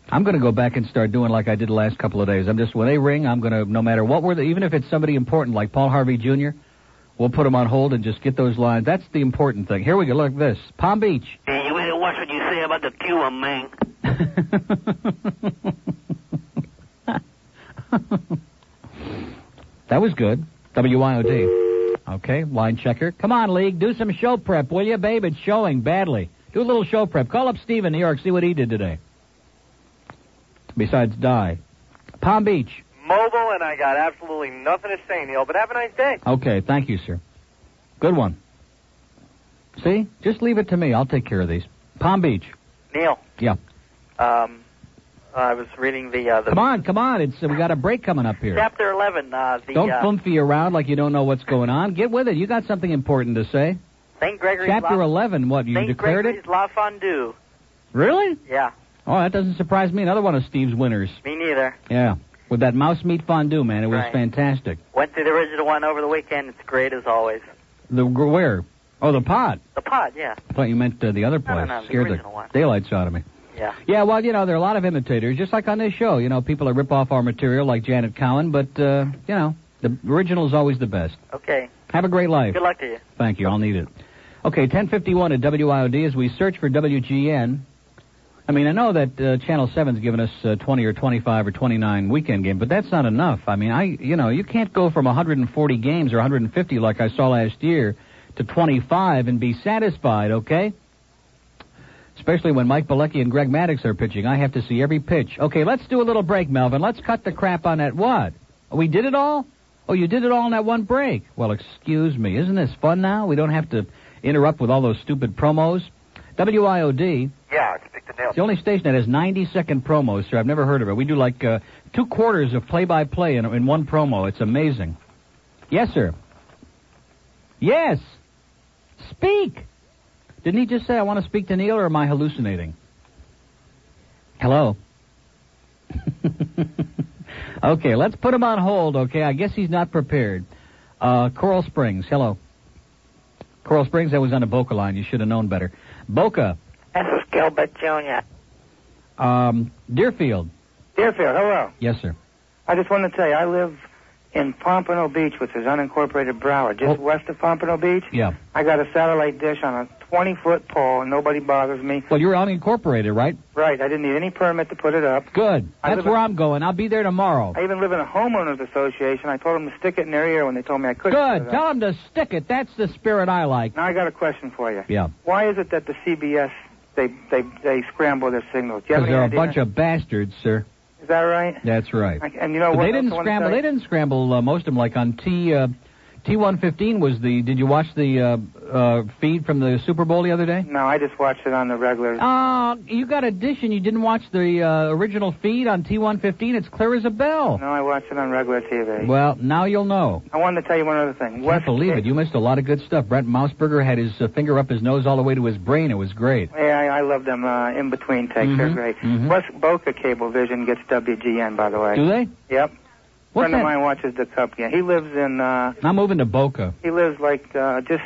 I'm going to go back and start doing like I did the last couple of days. I'm just, when they ring, I'm going to, no matter what we're, even if it's somebody important like Paul Harvey Jr., we'll put him on hold and just get those lines. That's the important thing. Here we go. Look at this. Palm Beach.
Hey, you better watch what you say about the Cuba, man.
That was good. WIOD. Okay, line checker. Come on, League. Do some show prep, will you, babe? It's showing badly. Do a little show prep. Call up Steve in New York, see what he did today. Besides die. Palm Beach.
Mobile, and I got absolutely nothing to say, Neil, but have a nice day.
Okay, thank you, sir. Good one. See? Just leave it to me. I'll take care of these. Palm Beach.
Neil.
Yeah.
Um, I was reading the uh, the
Come on, come on. It's we got a break coming up here.
chapter eleven. Uh, the
Don't
uh,
flumpy around like you don't know what's going on. Get with it. You got something important to say.
Saint Gregory's
Chapter
La,
11, what, you
Saint
declared
Gregory's
it?
La Fondue.
Really?
Yeah,
Oh, that doesn't surprise me. Another one of Steve's winners.
me neither.
Yeah. With that mouse meat fondue, man, it was
Right.
fantastic.
Went to the original one over the weekend. It's great as always.
The where? Oh, the pot.
The pot, yeah,
I thought you meant uh, the other
No, no,
place.
no, the
Scared
original one.
daylights out of me.
yeah.
Yeah, well, you know, there are a lot of imitators, just like on this show. You know, people that rip off our material, like Janet Cowan, but, uh, you know, the original is always the best.
Okay.
Have a great life.
Good luck to you.
Thank you. I'll need it. Okay, 1051 at WIOD as we search for WGN. I mean, I know that uh, Channel 7's given us uh, 20 or 25 or 29 weekend games, but that's not enough. I mean, I, you know, you can't go from 140 games or 150 like I saw last year to 25 and be satisfied, okay? Especially when Mike Bilecki and Greg Maddox are pitching. I have to see every pitch. Okay, let's do a little break, Melvin. Let's cut the crap on that. What? We did it all? Oh, you did it all in that one break. Well, excuse me. Isn't this fun now? We don't have to interrupt with all those stupid promos. WIOD.
Yeah, I speak to Neil.
It's the only station that has 90 second promos, sir. I've never heard of it. We do like uh, two quarters of play by play in in one promo. It's amazing. Yes, sir. Yes. Speak. Didn't he just say, I want to speak to Neil, or am I hallucinating? Hello? okay, let's put him on hold, okay? I guess he's not prepared. Uh, Coral Springs, hello. Coral Springs, that was on the Boca line. You should have known better. Boca,
This is Gilbert Jr.
um, Deerfield.
Deerfield, hello.
Yes, sir.
I just want to tell you, I live in Pompano Beach, which is unincorporated Broward,
Oh.
just west of Pompano Beach.
Yeah.
I got a satellite dish on a 20 foot pole, and nobody bothers me.
Well, you're unincorporated, right?
Right, I didn't need any permit to put it up.
Good.
I
That's
live
where I'm going. I'll be there tomorrow.
I even live in a homeowners association. I told them to stick it in their ear when they told me I couldn't. put
Good.
it
Tell
up.
him to stick it. That's the spirit I like.
Now I got a question for you.
Yeah.
Why is it that the CBS they they they scramble their signals? Do you
Because
have any
they're a
idea?
bunch of bastards, sir.
Is that right?
That's right.
I, and you know
But
what?
they
else
didn't
I wanna
scramble.
tell you?
They didn't scramble uh, most of them, like on T uh, T115 was the. Did you watch the uh, uh, feed from the Super Bowl the other day?
No, I just watched it on the regular.
Uh, you got a dish and you didn't watch the uh, original feed on T115. It's clear as a bell.
No, I watched it on regular TV.
Well, now you'll know.
I wanted to tell you one other thing.
I can't believe it. You missed a lot of good stuff. Brent Mousberger had his uh, finger up his nose all the way to his brain. It was great.
Yeah, I, I love them uh, in between takes. They're
Mhm,
great.
mhm.
West Boca Cablevision gets WGN, by the way.
Do they?
Yep.
What's
Friend
that?
of mine watches the Cup game. He lives in. uh
I'm moving to Boca.
He lives like uh just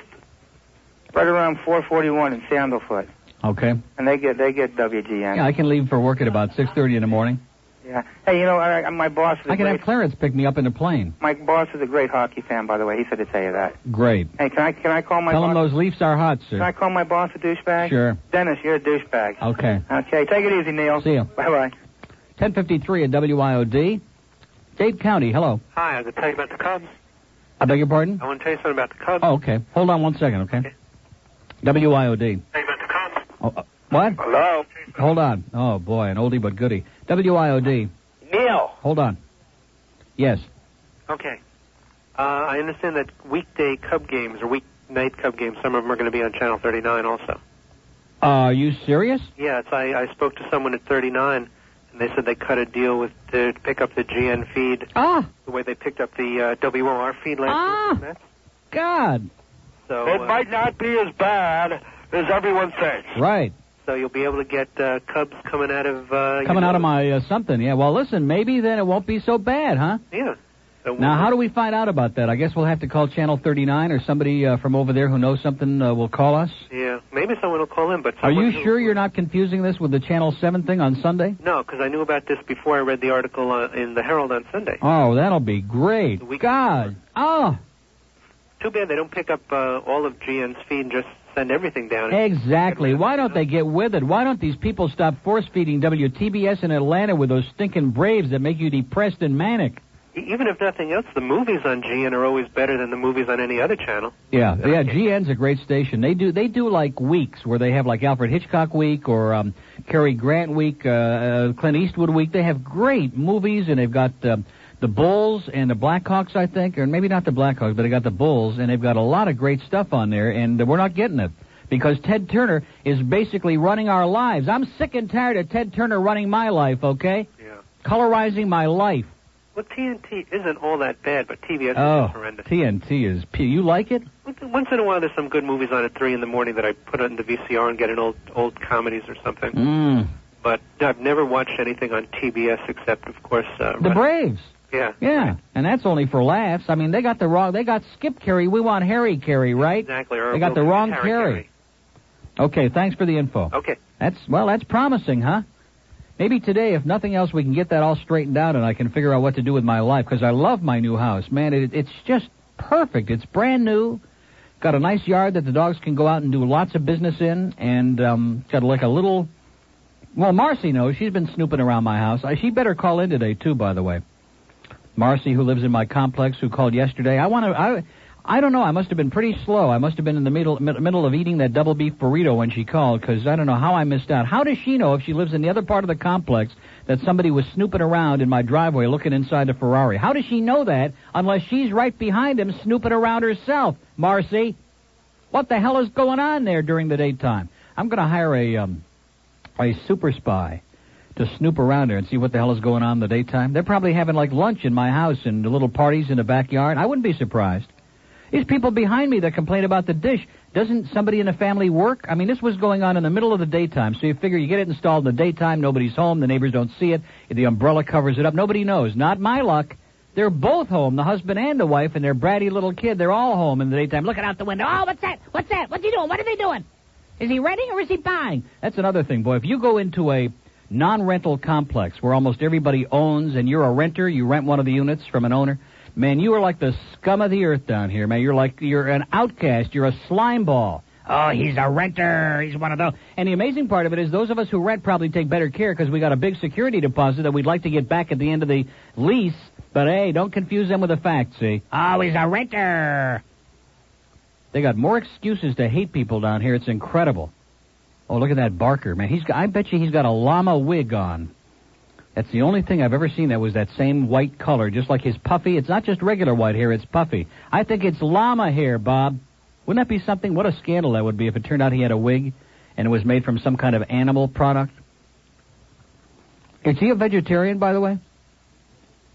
right around 441 in Sandalfoot,
Okay.
and they get they get WGN.
Yeah, I can leave for work at about 6:30 in the morning.
Yeah. Hey, you know, I, I- my boss is a
I can
great.
have Clarence pick me up in the plane.
my boss is a great hockey fan, by the way. He said to tell you that.
Great.
Hey, can I can I call Oh my
Tell him those
boss?
Leafs are hot,
Can I
sir.
call my boss a douchebag?
Sure.
Dennis, you're a douchebag.
Okay.
Okay, take it easy, Neil.
See ya.
Bye bye.
10:53 at WIOD, Dade County. Hello.
Hi, I was going to tell you about the Cubs.
I beg your pardon.
I want to tell you something about the Cubs.
Oh, okay. Hold on one second, okay? WIOD. Oh, uh, what?
Hello.
Hold on. Oh boy, an oldie but goodie. WIOD.
Neil.
Hold on. Yes.
Okay. Uh, I understand that weekday Cub games or weeknight Cub games, some of them are going to be on Channel 39 also.
Uh, are you serious?
Yeah, it's, I, I spoke to someone at 39, and they said they cut a deal with the, to pick up the GN feed
Ah,
the way they picked up the uh, WOR feed last
Ah.
year.
God.
So,
It
uh,
might not be as bad as everyone thinks.
Right.
so you'll be able to get uh, Cubs coming out of... Uh,
Coming out of my uh, something. Yeah. Well, listen, maybe then it won't be so bad, huh?
Yeah. So
Now, how do we find out about that? I guess we'll have to call Channel 39 or somebody uh, from over there who knows something uh, will call us.
Yeah, maybe someone will call in, but
Are
someone
you
who-
sure you're not confusing this with the Channel 7 thing on Sunday?
No, because I knew about this before I read the article uh, in the Herald on Sunday.
Oh, that'll be great. God. Oh,
Too bad they don't pick up uh, all of GN's feed and just send everything down.
exactly. Why don't they get with it? Why don't these people stop force feeding WTBS in Atlanta with those stinking Braves that make you depressed and manic?
E- Even if nothing else, the movies on GN are always better than the movies on any other channel.
Yeah, yeah. GN's a great station. They do they do like weeks where they have like Alfred Hitchcock week or um, Cary Grant week, uh, uh, Clint Eastwood week. They have great movies and they've got um, the Bulls and the Blackhawks, I think, or maybe not the Blackhawks, but they got the Bulls and they've got a lot of great stuff on there. And we're not getting it because Ted Turner is basically running our lives. I'm sick and tired of Ted Turner running my life. Okay,
Yeah.
colorizing my life.
Well, TNT isn't all that bad, but TBS
Oh,
is horrendous.
TNT is. P- you like it?
Once- Once in a while, there's some good movies on at three in the morning that I put on the VCR and get an old old comedies or something.
Mm.
But I've never watched anything on TBS except, of course, uh,
Mm. The Braves.
yeah,
Yeah, and that's only for laughs. I mean, they got the wrong. They got Skip Carey. We want Harry Carey, right?
exactly. Or
They got the
Wilson
wrong
Harry
Carey. Okay, thanks for the info.
Okay.
That's well, that's promising, huh? Maybe today, if nothing else, we can get that all straightened out, and I can figure out what to do with my life because I love my new house, man. It, it's just perfect. It's brand new. Got a nice yard that the dogs can go out and do lots of business in, and um, got like a little. Well, Marcy knows. She's been snooping around my house. I, she better call in today too, by the way. Marcy, who lives in my complex, who called yesterday. I want to. I, I don't know. I must have been pretty slow. I must have been in the middle mid, middle of eating that double beef burrito when she called because I don't know how I missed out. How does she know if she lives in the other part of the complex that somebody was snooping around in my driveway looking inside the Ferrari? How does she know that unless she's right behind him snooping around herself, Marcy? What the hell is going on there during the daytime? I'm going to hire a um, a super spy to snoop around there and see what the hell is going on in the daytime. They're probably having like lunch in my house and little parties in the backyard. I wouldn't be surprised. These people behind me that complain about the dish, doesn't somebody in the family work? I mean, this was going on in the middle of the daytime, so you figure you get it installed in the daytime, nobody's home, the neighbors don't see it, the umbrella covers it up, nobody knows. Not my luck. They're both home, the husband and the wife and their bratty little kid. They're all home in the daytime looking out the window. Oh, what's that? What's that? What's he doing? What are they doing? Is he renting or is he buying? That's another thing, boy. If you go into a non-rental complex where almost everybody owns and you're a renter, you rent one of the units from an owner, man, you are like the scum of the earth down here, man. You're like you're an outcast, you're a slime ball. Oh, he's a renter. He's one of those. And the amazing part of it is those of us who rent probably take better care because we got a big security deposit that we'd like to get back at the end of the lease. But hey, don't confuse them with the facts, see? Oh, he's a renter. They got more excuses to hate people down here. It's incredible. Oh, look at that Barker, man. He's got, I bet you he's got a llama wig on.
That's the only thing I've ever seen that was that same white color, just like his puffy. It's not just regular white hair, it's puffy. I think it's llama hair, Bob. Wouldn't that be something? What a scandal that would be if it turned out he had a wig and it was made from some kind of animal product. Is he a vegetarian, by the way?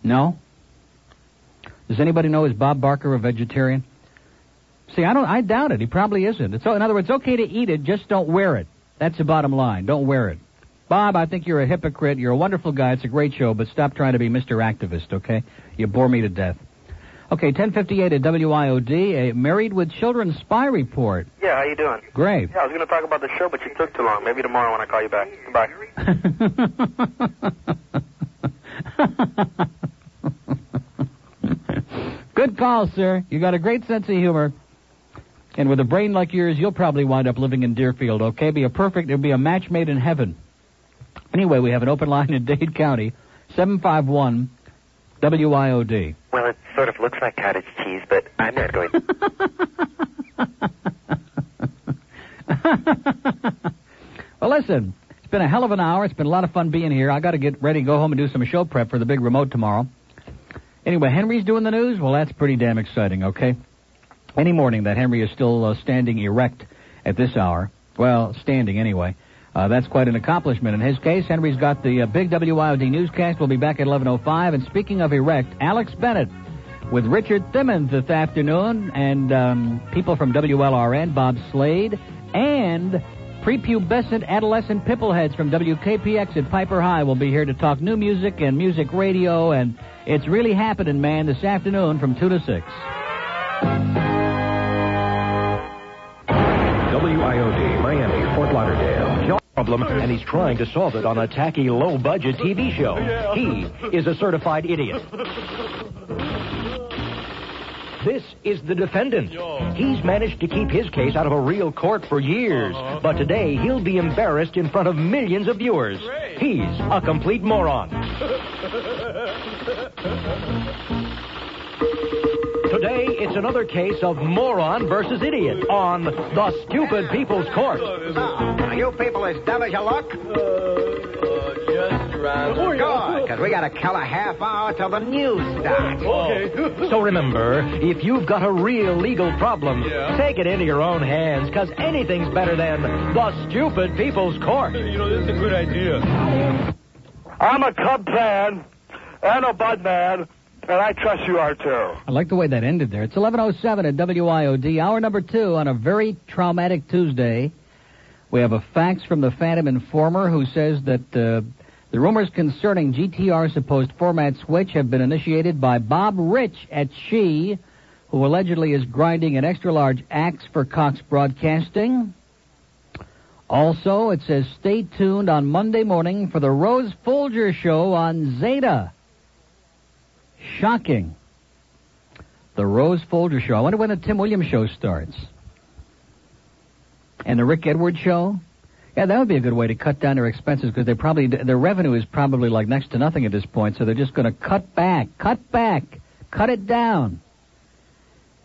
No? Does anybody know is Bob Barker a vegetarian? See, I don't. I doubt it. He probably isn't. It's, in other words, okay to eat it, just don't wear it. That's the bottom line. Don't wear it. Bob, I think you're a hypocrite. You're a wonderful guy. It's a great show, but stop trying to be Mr. Activist, okay? You bore me to death. Okay, 1058 at WIOD, a Married with Children spy report.
Yeah, how you doing?
Great.
Yeah, I was going to talk about the show, but you took too long. Maybe tomorrow when I call you back. Goodbye.
Good call, sir. You got a great sense of humor. And with a brain like yours, you'll probably wind up living in Deerfield, okay? Be a perfect, it'll be a match made in heaven. Anyway, we have an open line in Dade County, 751 WIOD.
Well, it sort of looks like cottage cheese, but I'm not going.
well, listen, it's been a hell of an hour. It's been a lot of fun being here. I got to get ready, go home, and do some show prep for the big remote tomorrow. Anyway, Henry's doing the news. Well, that's pretty damn exciting, okay? Any morning that Henry is still uh, standing erect at this hour. Well, standing anyway. Uh, that's quite an accomplishment in his case. Henry's got the uh, big WIOD newscast. We'll be back at 11.05. And speaking of erect, Alex Bennett with Richard Thimmons this afternoon and um, people from WLRN, Bob Slade, and prepubescent adolescent pimpleheads from WKPX at Piper High will be here to talk new music and music radio and it's really happening, man, this afternoon from 2 to 6.
WIOD, Miami, Fort Lauderdale. John problem and he's trying to solve it on a tacky low budget TV show. He is a certified idiot. This is the defendant. He's managed to keep his case out of a real court for years,
Uh-huh.
but today he'll be embarrassed in front of millions of viewers. He's a complete moron. Today, it's another case of moron versus idiot on the Stupid People's Court.
Ah, Are you people as dumb as you
Uh,
look? because we got to kill a half hour till the news starts.
Okay. so remember, if you've got a real legal problem, yeah. take it into your own hands, because anything's better than the stupid people's court.
You know, this is a good idea.
I'm a Cub fan and a Bud man. And I trust you are too.
I like the way that ended there. It's 11:07 at WIOD, hour number two on a very traumatic Tuesday. We have a fax from the Phantom Informer who says that uh, the rumors concerning GTR's supposed format switch have been initiated by Bob Rich at She, who allegedly is grinding an extra large axe for Cox Broadcasting. Also, it says stay tuned on Monday morning for the Rose Folger show on Zeta. Shocking. The Rose Folger show. I wonder when the Tim Williams show starts. And the Rick Edwards show? Yeah, that would be a good way to cut down their expenses because they probably their revenue is probably like next to nothing at this point, so they're just going to cut back, cut back, cut it down,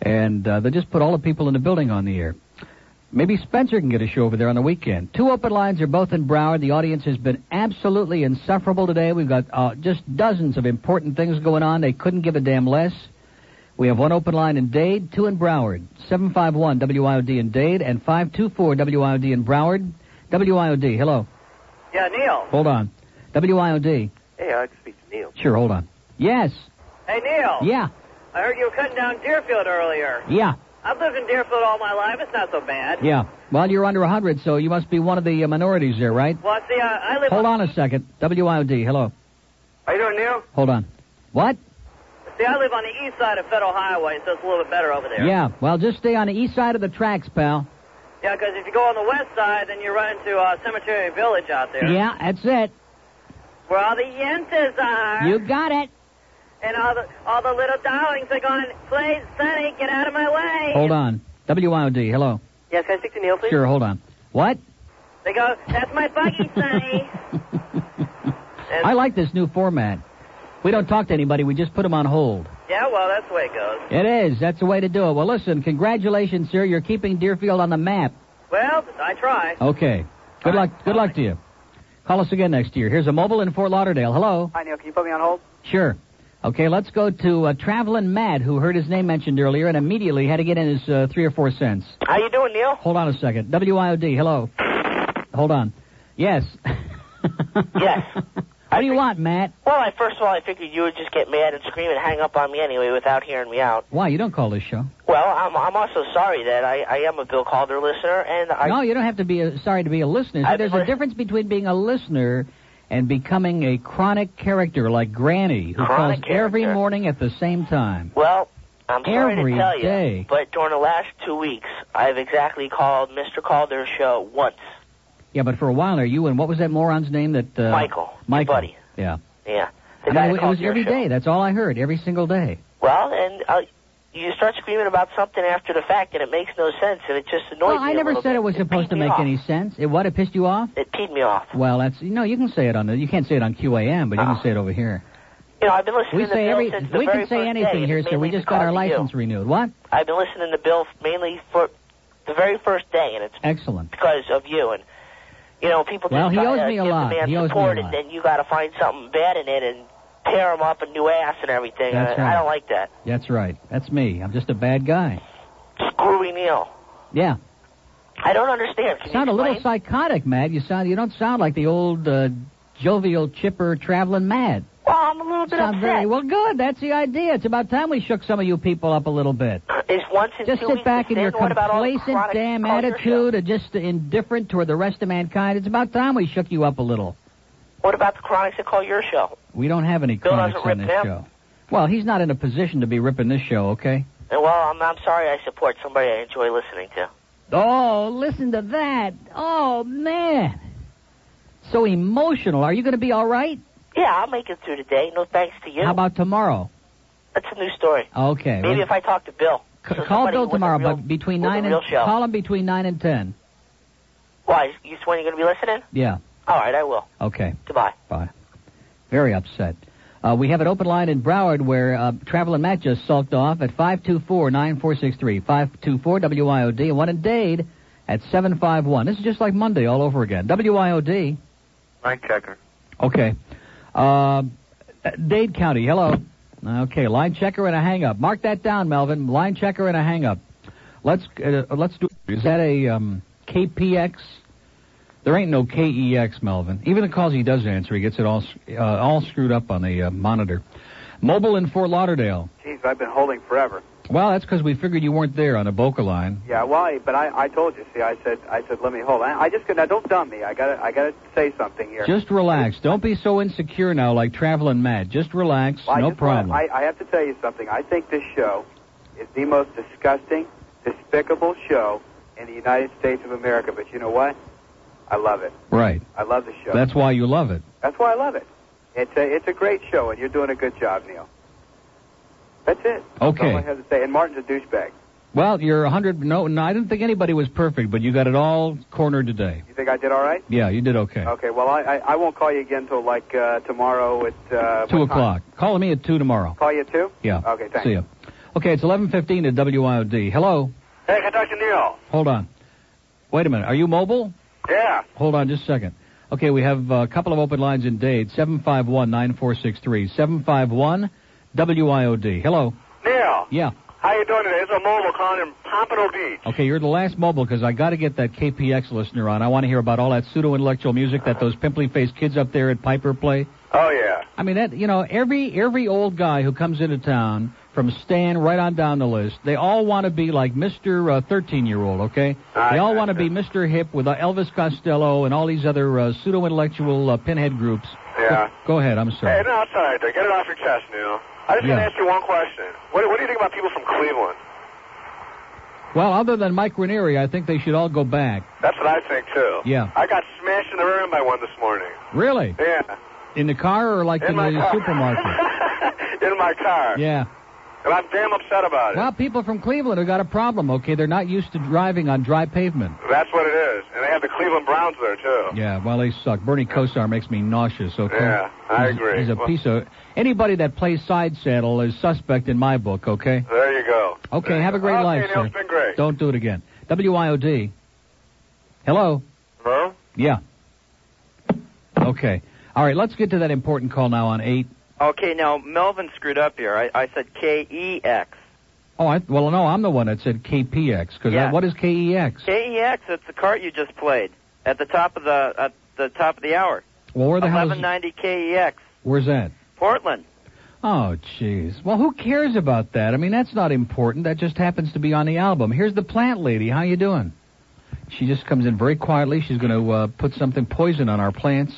and uh, they just put all the people in the building on the air. Maybe Spencer can get a show over there on the weekend. Two open lines are both in Broward. The audience has been absolutely insufferable today. We've got uh, just dozens of important things going on. They couldn't give a damn less. We have one open line in Dade, two in Broward. 751 WIOD in Dade and 524 WIOD in Broward. WIOD, hello.
Yeah, Neil.
Hold on. WIOD.
Hey, I'd speak to Neil.
Sure, hold on. Yes.
Hey, Neil.
Yeah.
I heard you were cutting down Deerfield earlier.
Yeah.
I've lived in Deerfield all my life. It's not so bad.
Yeah. Well, you're under 100, so you must be one of the uh, minorities there, right?
Well, see, I, I live...
Hold on a second. WIOD, hello.
How you doing, Neil?
Hold on. What?
See, I live on the east side of Federal Highway, so it's a little bit better over there.
Yeah. Well, just stay on the east side of the tracks, pal.
Yeah, because if you go on the west side, then you run into uh, Cemetery Village out there.
Yeah, that's it.
Where all the yentas are.
You got it.
And all the all the little darlings are going, please, Sonny, get out of my way.
Hold on. WIOD, hello.
Yes, can I speak to Neil, please?
Sure, hold on. What?
They go, that's my buggy, Sonny.
and, I like this new format. We don't talk to anybody, we just put them on hold.
Yeah, well, that's the way it goes.
It is. That's the way to do it. Well, listen, congratulations, sir. You're keeping Deerfield on the map.
Well, I try.
Okay. Good All luck. Right. Good luck to you. Call us again next year. Here's a mobile in Fort Lauderdale. Hello.
Hi, Neil. Can you put me on hold?
Sure. Okay, let's go to uh, Traveling Mad, who heard his name mentioned earlier and immediately had to get in his uh, three or four cents.
How you doing, Neil?
Hold on a second. WIOD, hello. Hold on. Yes.
yes.
What do you want, Matt?
Well, I first of all, I figured you would just get mad and scream and hang up on me anyway without hearing me out.
Why? You don't call this show.
Well, I'm, I'm also sorry that I, I am a Bill Calder listener, and I...
No, you don't have to be a, sorry to be a listener. See, there's a difference between being a listener and becoming a chronic character like Granny, who
Chronic
calls
character.
every morning at the same time.
Well, I'm sorry
Every
to tell
day.
you, but during the last two weeks, I've exactly called Mr. Calder's show once.
Yeah, but for a while there, you and what was that moron's name that uh,
Michael,
Michael.
buddy.
Yeah.
Yeah.
I
The
mean,
guy
it,
that
wa- it
called
was
your
every
show.
day. That's all I heard every single day.
Well, and uh, you start screaming about something after the fact, and it makes no sense, and it just annoys
well,
me.
I
a
never
little
said
bit.
it was supposed to
me
make
off.
any sense. It what? It pissed you off?
It peed me off.
Well, that's no. You can say it on the. You can't say it on QAM, but you can say it over here.
You know, I've been
We
listening to
say
Bill
every.
since Ah. the
We
very
can say
first
anything
day,
here,
and
sir. We
mainly
just got our
because of you.
license renewed. What?
I've been listening to Bill mainly for the very first day, and it's
Excellent.
because of you. And you know, people
Well, he
just try
owes
to
me a
give
lot.
the man
He owes me a
support,
lot.
and then you got to find something bad in it and tear him up a new ass and everything.
That's
and I-
right.
I don't like that.
That's right. That's me. I'm just a bad guy.
Screwy Neil.
Yeah.
I don't understand. Can
You sound a
you
little
explain?
psychotic, Mad. You sound. You don't sound like the old uh, jovial, chipper, traveling Mad.
Well, I'm a little
You
bit
sound
upset.
very well. Good. That's the idea. It's about time we shook some of you people up a little bit.
Uh, Is once in
Just
two
sit
weeks
back in
then
your
what about all the
complacent
chronic
damn
culture
attitude and just indifferent toward the rest of mankind. It's about time we shook you up a little.
show? What about the chronics that call your show?
We don't have any
Bill
chronics
doesn't
on
rip
this
them.
show. Well, he's not in a position to be ripping this show, okay?
And, well, I'm, I'm sorry I support somebody I enjoy listening to.
Oh, listen to that. Oh, man. So emotional. Are you going to be all right?
Yeah, I'll make it through today. No thanks to you.
How about tomorrow?
That's a new story.
Okay.
Maybe if I talk to Bill.
C-
So
call
somebody
Bill
with a
tomorrow,
real-
but between
with a
9 and
real show.
call him between 9 and 10.
Why? You when you're going to be listening?
Yeah.
All right, I will.
Okay.
Goodbye.
Bye. Very upset. Uh, we have an open line in Broward where uh, Travel and Matt just sulked off at 524-9463, 524-WIOD, and one in Dade at 751. This is just like Monday all over again. WIOD.
Mike checker.
Okay. Uh, Dade County, hello. Okay, line checker and a hang up. Mark that down, Melvin. Line checker and a hang up. Let's uh, let's do. Is that a um, KPX? There ain't no KEX, Melvin. Even the calls he does answer, he gets it all s- uh, all screwed up on the uh, monitor. Mobile in Fort Lauderdale.
Jeez, I've been holding forever.
Well, that's because we figured you weren't there on the Boca line.
Yeah, well, I- but I, I told you. See, I said, I said, let me hold. I, I just could. Now, don't dumb me. I gotta, I gotta say something here.
Just relax. Don't be so insecure now, like traveling mad. Just relax.
Well, I
no
just wanna-
problem.
I, I have to tell you something. I think this show is the most disgusting, despicable show in the United States of America. But you know what? I love it.
Right.
I love the show.
That's why you love it.
That's why I love it. It's a, it's a great show, and you're doing a good job, Neil. That's it. That's
Okay.
all I have to say. And Martin's a douchebag.
Well, you're 100. No, no, I didn't think anybody was perfect, but you got it all cornered today.
You think I did all right?
Yeah, you did okay.
Okay, well, I, I, I won't call you again until like uh, tomorrow at uh,
two
what time?
o'clock. Call me at two tomorrow.
Call you at two.
Yeah.
Okay, thanks.
See ya. Okay, it's 11:15 at WIOD. Hello.
Hey, can I talk to Neil?
Hold on. Wait a minute. Are you mobile?
Yeah.
Hold on, just a second. Okay, we have uh, a couple of open lines in Dade. Seven five one nine four six three. Seven five one WIOD. Hello.
Neil,
Yeah.
how you doing today? It's a mobile calling in Pompano Beach.
Okay, you're the last mobile because I got to get that KPX listener on. I want to hear about all that pseudo-intellectual music that those pimply-faced kids up there at Piper play.
Oh yeah.
I mean that you know every every old guy who comes into town from Stan right on down the list, they all want to be like Mr. Thirteen year old, okay?
I
they all want to be Mr. Hip with uh, Elvis Costello and all these other uh, pseudo intellectual uh, pinhead groups.
Yeah.
Go ahead, I'm
Hey,
sorry.
no, it's all right. There. Get it off your chest, Neil. I just
Yeah.
gonna ask you one question. What, what do you think about people from Cleveland?
Well, other than Mike Ranieri, I think they should all go back.
That's what I think too.
Yeah.
I got smashed in the rear end by one this morning.
Really?
Yeah,
In the car or like
In
in,
my
the
car.
supermarket?
in my car.
yeah.
And I'm damn upset about it.
Well, people from Cleveland have got a problem, okay? They're not used to driving on dry pavement.
That's what it is. And they have the Cleveland Browns there too.
Yeah, well, they suck. Bernie Kosar makes me nauseous. Okay.
Yeah, I
He's-
agree.
He's a
Well-
piece of anybody that plays side saddle is suspect in my book. Okay.
There you go.
Okay.
There you
have a
go.
great
okay,
life,
Neil,
sir.
It's been great.
Don't do it again. WIOD. Hello.
Hello?
Yeah.
Okay. All right, let's get to that important call now on 8.
Okay, now Melvin screwed up here. I, I said K E X.
Oh, I, well, no, I'm the one that said KPX.
uh,
Because
Yeah.
what is KEX?
K E X. It's the cart you just played at the top of the at the top of the hour.
Well, where the hell
Eleven
is
ninety K E X.
Where's that?
Portland.
Oh, jeez. Well, who cares about that? I mean, that's not important. That just happens to be on the album. Here's the plant lady. How you doing? She just comes in very quietly. She's going to uh, put something poison on our plants.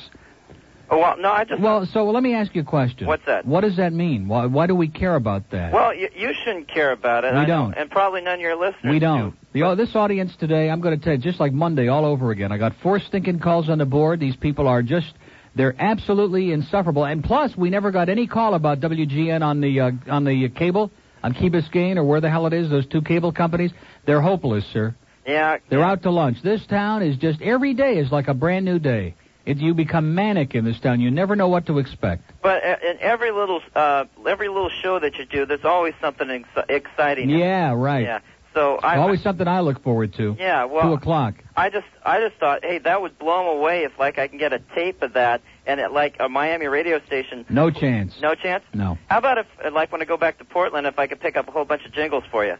Oh well, no, I just
Well, so let me ask you a question.
What's that?
What does that mean? Why, why do we care about that?
well you, you shouldn't care about it.
We
I know,
don't.
and probably none of your listeners.
we don't. The, oh, this audience today, I'm going to tell you, just like Monday all over again, I got four stinking calls on the board. These people are just, they're absolutely insufferable. And plus, we never got any call about WGN on the, uh, on the uh, cable, on Key Biscayne or where the hell it is, those two cable companies. They're hopeless, sir.
Yeah.
They're out to lunch. This town is just, every day is like a brand new day. It, you become manic in this town. You never know what to expect.
But uh, in every little uh, every little show that you do, there's always something exci- exciting.
Yeah, right.
Yeah. So I
Always something I look forward to.
Yeah, well-
two o'clock.
I just I just thought, hey, that would blow 'em away if like I can get a tape of that and at like a Miami radio station.
No chance.
No chance.
No.
How about if uh, like when I go back to Portland, if I could pick up a whole bunch of jingles for you?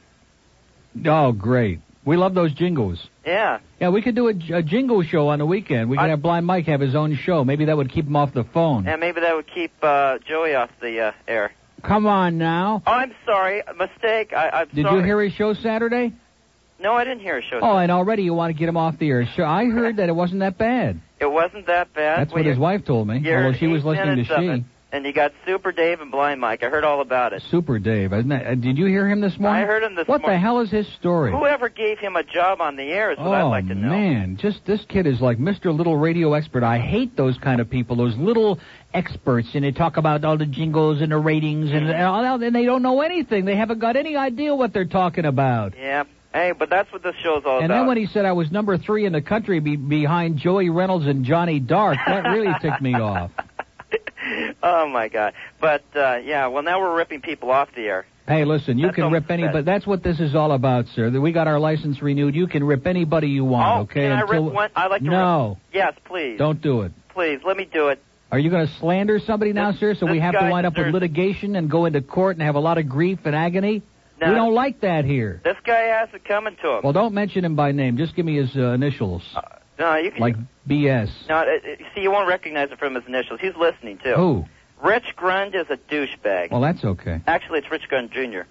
Oh, great. We love those jingles.
Yeah.
Yeah, we could do a, j- a jingle show on the weekend. We could have Blind Mike have his own show. Maybe that would keep him off the phone.
And maybe that would keep uh, Joey off the uh, air.
Come on now.
Oh, I'm sorry, a mistake. I, I'm
Did
sorry.
you hear his show Saturday?
No, I didn't hear a show.
Oh, and already you want to get him off the air. Sure, I heard that it wasn't that bad.
it wasn't that bad.
That's
Well,
what his
you're-
wife told me.
you're
Although she was
eight
listening to
minutes of it.
she.
And you got Super Dave and Blind Mike. I heard all about it.
Super Dave. Isn't that, uh, did you hear him this morning?
I heard him this
What the
morning.
hell is his story?
Whoever gave him a job on the air is what
oh
I'd like to know.
man, just this kid is like Mr. Little Radio Expert. I hate those kind of people, those little experts, and they talk about all the jingles and the ratings and, and all that, and they don't know anything. They haven't got any idea what they're talking about.
Yeah. Hey, but that's what this show's all
And
about.
then when he said I was number three in the country be- behind Joey Reynolds and Johnny Dark, that really ticked me off.
oh my God! But uh, yeah, well now we're ripping people off the air.
Hey, listen, you
That's
can
almost
rip any,
bad.
but that's what this is all about, sir. That we got our license renewed. You can rip anybody you want,
oh,
okay?
can I
Until-
rip one? I like to.
no,
Rip. Yes, please.
don't do it.
Please let me do it.
Are you going to slander somebody now, sir? So we
this
have to
guy
wind up with
deserves-
litigation and go into court and have a lot of grief and agony?
No.
We don't like that here.
This guy has it coming to him.
Well, don't mention him by name. Just give me his uh, initials,
no, you can.
like BS.
no, it, it- see, you won't recognize it from his initials. He's listening too.
Who?
Rich Grund is a douchebag.
Well, that's okay.
Actually, it's Rich Grund Jr.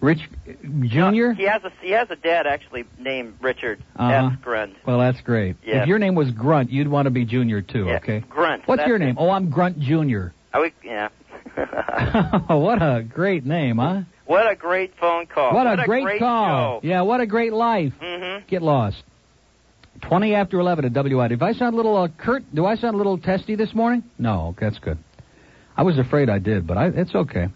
Rich uh, Junior.
He has a he has a dad actually named Richard
Uh-huh.
F. Grund.
Well, that's great.
Yeah.
If your name was Grunt, you'd want to be Junior too.
Yeah,
Okay.
Grunt.
What's
That's
your
it.
name? Oh, I'm Grunt Junior.
I would, yeah.
what a great name, huh?
what a great phone call.
What, a, great, call.
show.
Yeah, what a great life.
Mhm.
Get lost. 20 after 11 at WID. If I sound a little uh, curt, do I sound a little testy this morning? No, that's good. I was afraid I did, but I, it's okay.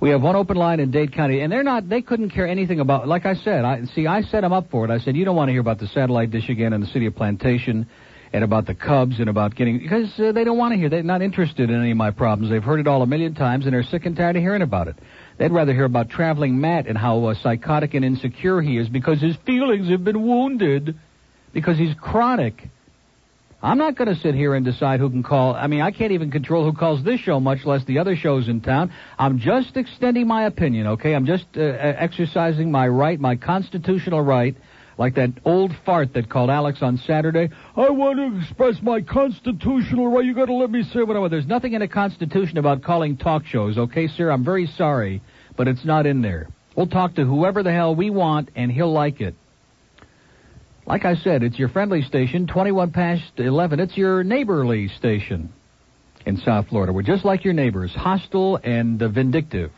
We have one open line in Dade County, and they're not, they couldn't care anything about, like I said, I, see, I set them up for it. I said, you don't want to hear about the satellite dish again in the city of Plantation and about the Cubs and about getting, because uh, they don't want to hear, they're not interested in any of my problems. They've heard it all a million times and they're sick and tired of hearing about it. They'd rather hear about traveling Matt and how uh, psychotic and insecure he is because his feelings have been wounded because he's chronic. I'm not going to sit here and decide who can call. I mean, I can't even control who calls this show, much less the other shows in town. I'm just extending my opinion, okay? I'm just uh, exercising my right, my constitutional right, like that old fart that called Alex on Saturday. I want to express my constitutional right. You got to let me say what I want. There's nothing in the Constitution about calling talk shows, okay, sir? I'm very sorry, but it's not in there. We'll talk to whoever the hell we want, and he'll like it. Like I said, it's your friendly station, 21 past 11. It's your neighborly station in South Florida. We're just like your neighbors, hostile and uh, vindictive.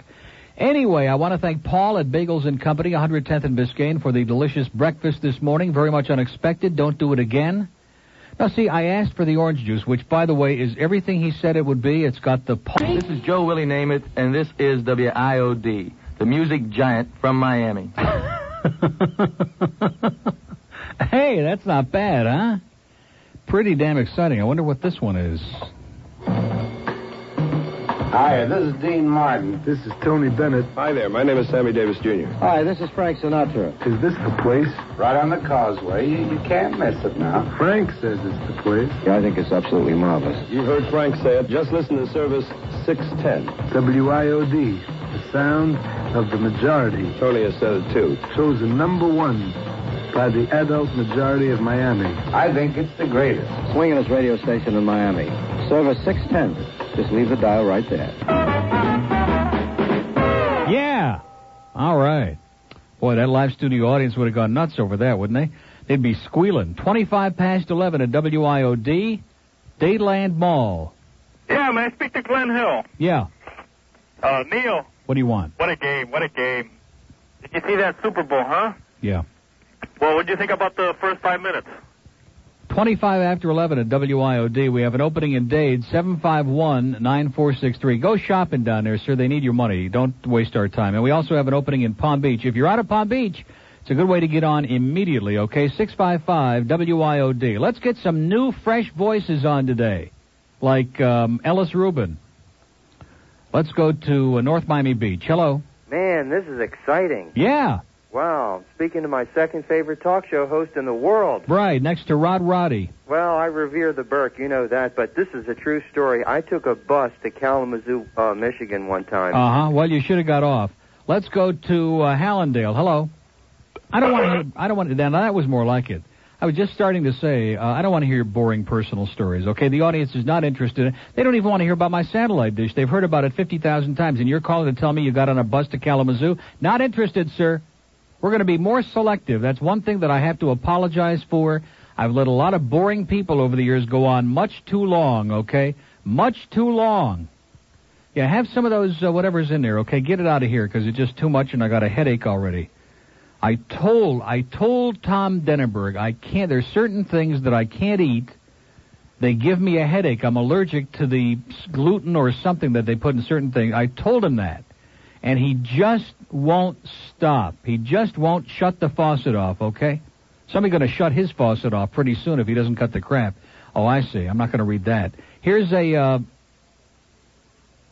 Anyway, I want to thank Paul at Bagels and Company, 110th and Biscayne, for the delicious breakfast this morning. Very much unexpected. Don't do it again. Now, see, I asked for the orange juice, which, by the way, is everything he said it would be. It's got the Paul.
This is Joe Willie Namath, and this is WIOD, the music giant from Miami.
Hey, that's not bad, huh? Pretty damn exciting. I wonder what this one is.
Hi, this is Dean Martin.
This is Tony Bennett.
Hi there, my name is Sammy Davis Jr.
Hi, this is Frank Sinatra.
Is this the place?
Right on the causeway. You, you can't miss it now.
Frank says it's the place.
Yeah, I think it's absolutely marvelous.
You heard Frank say it. Just listen to service 610.
WIOD, the sound of the majority.
Tony has said it too.
Chosen number one by the adult majority of Miami.
I think it's the greatest. Swinginest radio station in Miami. Service 610. Just leave the dial right there.
Yeah. All right. Boy, that live studio audience would have gone nuts over that, wouldn't they? They'd be squealing. 25 past 11 at WIOD, Dayland Mall.
Yeah, may I speak to Glenn Hill?
Yeah.
Uh, Neil.
What do you want?
What a game. What a game. Did you see that Super Bowl, huh?
Yeah.
Well, what do you think about the first five minutes?
25 after 11 at WIOD. We have an opening in Dade, 751-9463. Go shopping down there, sir. They need your money. Don't waste our time. And we also have an opening in Palm Beach. If you're out of Palm Beach, it's a good way to get on immediately, okay? 655-WIOD. Let's get some new, fresh voices on today, like um, Ellis Rubin. Let's go to uh, North Miami Beach. Hello.
Man, this is exciting.
Yeah.
Wow, speaking to my second favorite talk show host in the world.
Right, next to Rod Roddy.
Well, I revere the Burke, you know that, but this is a true story. I took a bus to Kalamazoo, uh, Michigan one time.
Uh huh. Well, you should have got off. Let's go to uh, Hallandale. Hello. I don't want to. I don't want to. Now that was more like it. I was just starting to say uh, I don't want to hear your boring personal stories. Okay, the audience is not interested. They don't even want to hear about my satellite dish. They've heard about it fifty thousand times, and you're calling to tell me you got on a bus to Kalamazoo. Not interested, sir. We're going to be more selective. That's one thing that I have to apologize for. I've let a lot of boring people over the years go on much too long, okay? Much too long. Yeah, have some of those, uh, whatever's in there, okay? Get it out of here because it's just too much and I got a headache already. I told, I told Tom Denenberg I can't, there's certain things that I can't eat. They give me a headache. I'm allergic to the gluten or something that they put in certain things. I told him that and he just won't stop. He just won't shut the faucet off, okay? Somebody's going to shut his faucet off pretty soon if he doesn't cut the crap. Oh, I see. I'm not going to read that. Here's a, uh,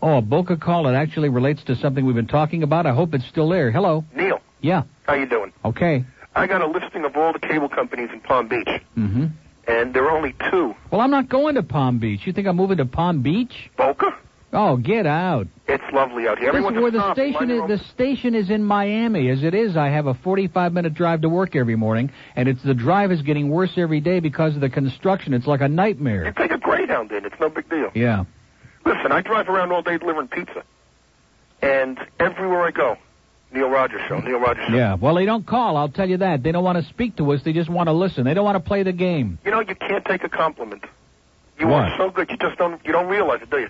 oh, a Boca call that actually relates to something we've been talking about. I hope it's still there. Hello.
Neil.
Yeah.
How you doing?
Okay.
I got a listing of all the cable companies in Palm Beach.
Mm-hmm.
And there are only two.
Well, I'm not going to Palm Beach. You think I'm moving to Palm Beach?
Boca?
Oh, get out!
It's lovely out here. Everyone
this is where the station is. The station is in Miami. As it is, I have a 45-minute drive to work every morning, and it's the drive is getting worse every day because of the construction. It's like a nightmare.
You take a Greyhound in; it's no big deal.
Yeah.
Listen, I drive around all day delivering pizza, and everywhere I go, Neil Rogers show, Neil Rogers show.
Yeah. Well, they don't call. I'll tell you that. They don't want to speak to us. They just want to listen. They don't want to play the game.
You know, you can't take a compliment. You
what?
are so good, you just don't. You don't realize it, do you?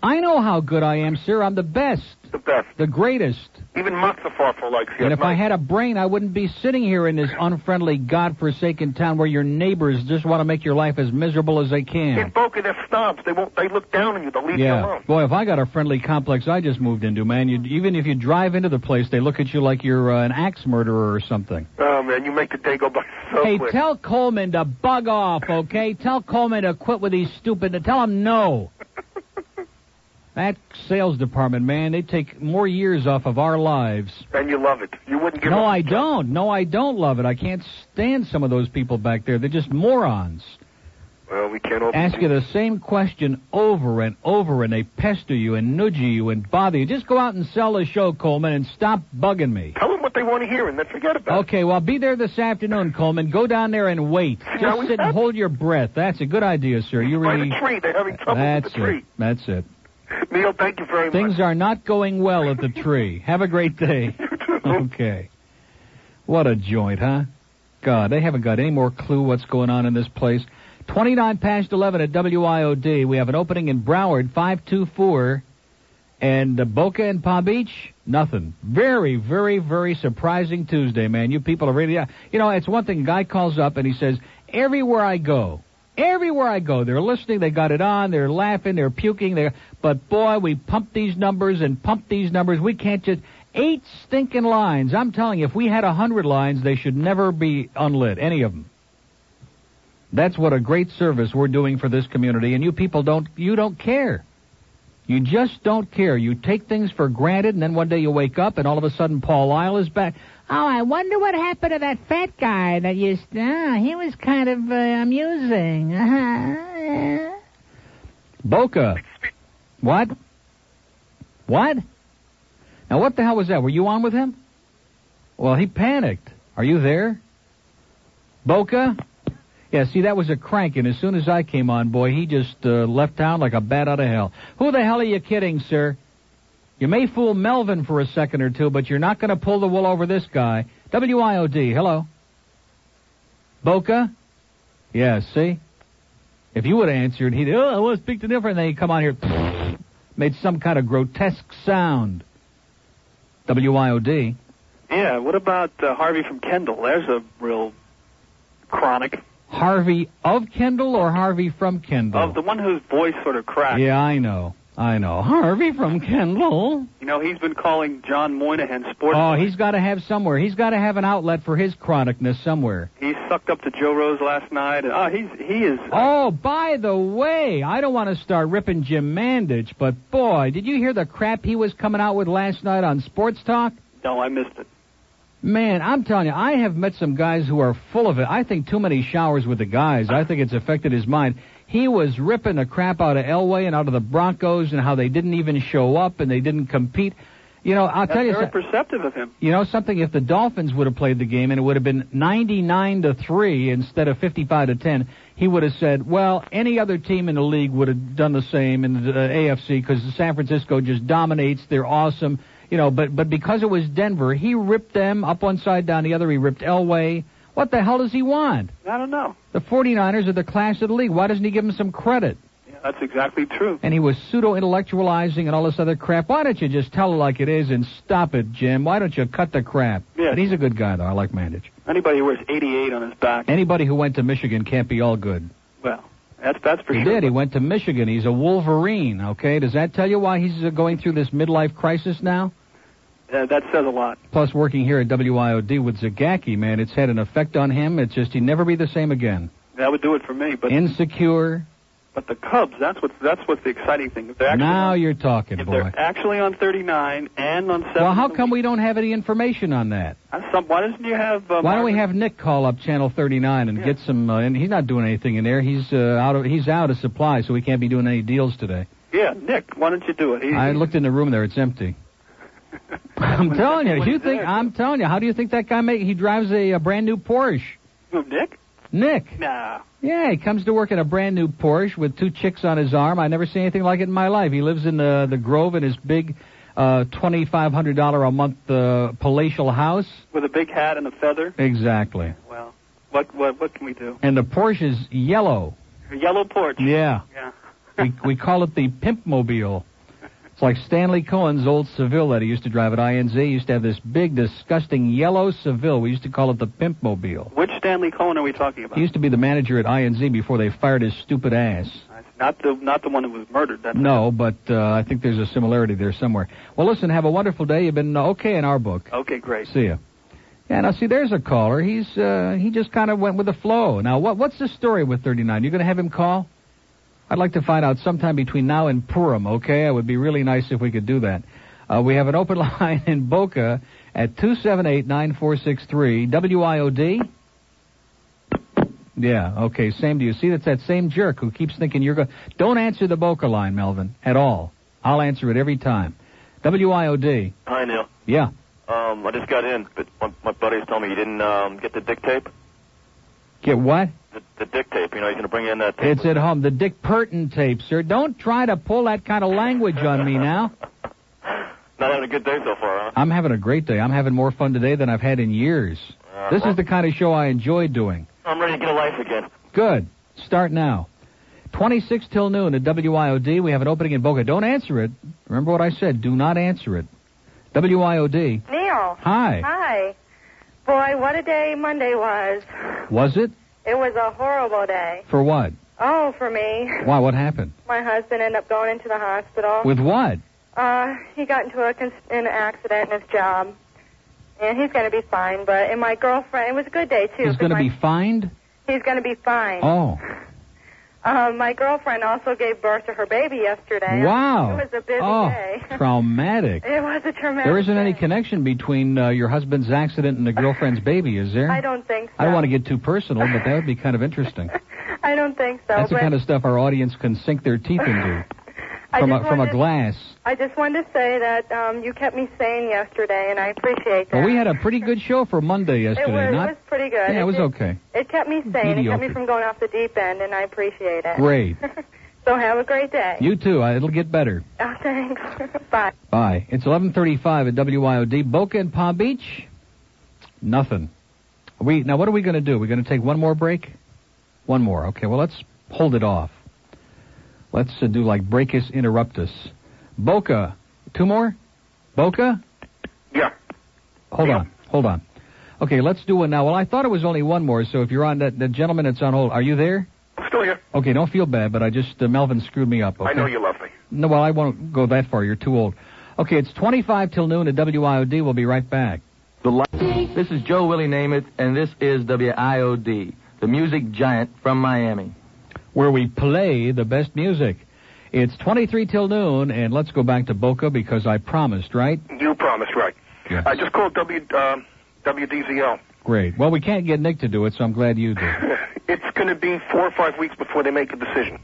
I know how good I am, sir. I'm the best.
The best.
The greatest.
Even Mustafar likes you.
And if I had a brain, I wouldn't be sitting here in this unfriendly, god-forsaken town where your neighbors just want to make your life as miserable as they can.
In Boca, they're snobs. They won't. They look down on you. They leave
yeah.
you alone.
Boy, if I got a friendly complex I just moved into, man, you even if you drive into the place, they look at you like you're uh, an axe murderer or something.
Oh man, you make the day go by so
hey,
quick.
Hey, tell Coleman to bug off, okay? tell Coleman to quit with these stupid. Tell him no. That sales department, man, they take more years off of our lives.
And you love it. You wouldn't give
No,
I
don't. No, I don't love it. I can't stand some of those people back there. They're just morons.
Well, we can't
ask you the same question over and over, and they pester you and nudge you and bother you. Just go out and sell the show, Coleman, and stop bugging me.
Tell them what they want to hear, and then forget about
okay, it. Okay, well, I'll be there this afternoon, Coleman. Go down there and wait. Just
now
sit and hold your breath. That's a good idea, sir. You
By
really.
By the tree, they're having trouble
That's
with the tree.
It. That's it.
Neil, thank you very
Things
much.
Things are not going well at the tree. Have a great day. okay. What a joint, huh? God, they haven't got any more clue what's going on in this place. 29 past 11 at WIOD. We have an opening in Broward, 524. And uh, Boca and Palm Beach, nothing. Very, very, very surprising Tuesday, man. You people are really, uh, you know, it's one thing. Guy calls up and he says, everywhere I go, Everywhere I go, they're listening, they got it on, they're laughing, they're puking, they're, but boy, we pump these numbers and pump these numbers. We can't just, eight stinking lines. I'm telling you, if we had a hundred lines, they should never be unlit, any of them. That's what a great service we're doing for this community, and you people don't, you don't care. You just don't care. You take things for granted, and then one day you wake up, and all of a sudden Paul Lyle is back.
Oh, I wonder what happened to that fat guy that used. Oh, he was kind of uh, amusing. Uh-huh.
Boca. What? What? Now, what the hell was that? Were you on with him? Well, he panicked. Are you there? Boca? Yeah, see, that was a crank, and as soon as I came on, boy, he just uh, left town like a bat out of hell. Who the hell are you kidding, sir? You may fool Melvin for a second or two, but you're not going to pull the wool over this guy. WIOD, hello. Boca? Yeah, see? If you would have answered, he'd, oh, I want to speak to different. And then he'd come on here, made some kind of grotesque sound. WIOD.
Yeah, what about uh, Harvey from Kendall? There's a real chronic.
Harvey of Kendall or Harvey from Kendall?
Of the one whose voice sort of cracked.
Yeah, I know. I know. Harvey from Kendall.
You know, he's been calling John Moynihan sports.
Oh, he's got to have somewhere. He's got to have an outlet for his chronicness somewhere.
He sucked up to Joe Rose last night. And, oh, he's he is.
Oh, by the way, I don't want to start ripping Jim Mandich, but boy, did you hear the crap he was coming out with last night on Sports Talk?
No, I missed it.
Man, I'm telling you, I have met some guys who are full of it. I think too many showers with the guys. I think it's affected his mind. He was ripping the crap out of Elway and out of the Broncos and how they didn't even show up and they didn't compete. You know, I'll
That's
tell you
very
something.
perceptive of him.
You know something? If the Dolphins would have played the game and it would have been 99 to three instead of 55 to 10, he would have said, "Well, any other team in the league would have done the same in the uh, AFC because San Francisco just dominates. They're awesome." you know, but but because it was Denver, he ripped them up one side, down the other. He ripped Elway. What the hell does he want?
I don't know.
The 49ers are the class of the league. Why doesn't he give them some credit?
Yeah, that's exactly true.
And he was pseudo intellectualizing and all this other crap. Why don't you just tell it like it is and stop it, Jim? Why don't you cut the crap?
Yeah.
But he's a good guy, though. I like Mandich.
Anybody who wears 88 on his back.
Anybody who went to Michigan can't be all good.
Well, that's that's for
he
sure.
did. He went to Michigan. He's a Wolverine. Okay, does that tell you why he's uh, going through this midlife crisis now?
Uh, that says a lot.
Plus, working here at WIOD with Zagacki, man, it's had an effect on him. It's just he'd never be the same again.
That would do it for me. But
insecure.
But the Cubs, that's what's that's what's the exciting thing. If they're actually
now
on,
you're talking,
if
boy.
They're actually on 39 and on 7.
Well, how come we don't have any information on that?
Some, why doesn't you have? Uh,
Why don't
Margaret-
we have Nick call up Channel 39 and
Yeah.
get some? Uh, and he's not doing anything in there. He's uh, out of he's out of supply, so we can't be doing any deals today.
Yeah, Nick, why don't you do it? He-
I looked in the room there; it's empty. I'm telling you.
When
You
he's
think
there.
I'm telling you? How do you think that guy make? He drives a, a brand new Porsche.
Who, Nick?
Nick.
Nah.
Yeah, he comes to work in a brand new Porsche with two chicks on his arm. I never see anything like it in my life. He lives in the the Grove in his big uh twenty five hundred dollar a month uh, palatial house.
With a big hat and a feather.
Exactly.
Well, what what what can we do?
And the Porsche is yellow.
A yellow porch.
Yeah.
Yeah.
we we call it the pimp mobile. It's like Stanley Cohen's old Seville that he used to drive at INZ. He used to have this big, disgusting yellow Seville. We used to call it the pimp mobile.
Which Stanley Cohen are we talking about?
He used to be the manager at INZ before they fired his stupid ass.
not the not the one who was murdered. That's
No, but uh, I think there's a similarity there somewhere. Well, listen, have a wonderful day. You've been uh, okay in our book.
Okay, great.
See ya. Yeah, now see, there's a caller. He's uh, he just kind of went with the flow. Now, what what's the story with 39? You going to have him call? I'd like to find out sometime between now and Purim. Okay, it would be really nice if we could do that. Uh, we have an open line in Boca at two seven eight nine four six three WIOD. Yeah, okay, same to you. See, that's that same jerk who keeps thinking you're going. Don't answer the Boca line, Melvin, at all. I'll answer it every time. WIOD.
Hi, Neil.
Yeah.
Um, I just got in, but my, my buddies told me you didn't um, get the dick tape.
Get what?
The, the dick tape. You know, he's going to bring in that tape.
It's at home. The Dick Purton tape, sir. Don't try to pull that kind of language on me now.
Not having a good day so far, huh?
I'm having a great day. I'm having more fun today than I've had in years.
Uh,
This
well,
is the kind of show I enjoy doing.
I'm ready to get a life again.
Good. Start now. 26 till noon at WIOD. We have an opening in Boca. Don't answer it. Remember what I said. Do not answer it. WIOD.
Neil.
Hi.
Hi. Boy, what a day Monday was.
Was it?
It was a horrible day.
For what?
Oh, for me.
Why? What happened?
My husband ended up going into the hospital.
With what?
Uh, he got into a cons- an accident in his job, and he's going to be fine. But and my girlfriend, it was a good day too.
He's
'cause
going to
my-
be fined?
He's going to be fine.
Oh.
Um, my girlfriend also gave birth to her baby yesterday.
Wow.
It was a busy
oh,
day.
traumatic.
it was a traumatic.
There isn't
day.
any connection between uh, your husband's accident and the girlfriend's baby, is there?
I don't think so.
I don't want to get too personal, but that would be kind of interesting.
I don't think so.
That's the
but
kind of stuff our audience can sink their teeth into
I
from
just
a, from a
wanted-
glass.
I just wanted to say that um, you kept me sane yesterday, and I appreciate that.
Well, we had a pretty good show for Monday
it
yesterday.
was,
Not
it was pretty good.
yeah, it was
did-
okay.
It kept me sane. It kept
Mediocre.
me from going off the deep end, and I appreciate it.
Great.
so have a great day.
You too. I, it'll get better.
Oh, thanks. Bye.
Bye. It's 11:35 at WIOD, Boca and Palm Beach. Nothing. Are we now. What are we going to do? We're going to take one more break. One more. Okay. Well, let's hold it off. Let's uh, do like breakus interruptus. Boca. Two more. Boca.
Yeah.
Hold on. Hold on. Okay. Let's do one now. Well, I thought it was only one more. So if you're on that, the gentleman that's on hold, are you there?
I'm still here.
Okay. Don't feel bad, but I just uh, Melvin screwed me up. Okay?
I know you love me.
No, well, I won't go that far. You're too old. Okay, it's 25 till noon at WIOD. We'll be right back.
The li- This is Joe Willie Namath, and this is WIOD, the music giant from Miami.
Where we play the best music. It's 23 till noon, and let's go back to Boca because I promised, right?
You promised, right? I just called W um, WDZL.
Great. Well, we can't get Nick to do it, so I'm glad you did.
It's going to be four or five weeks before they make a decision,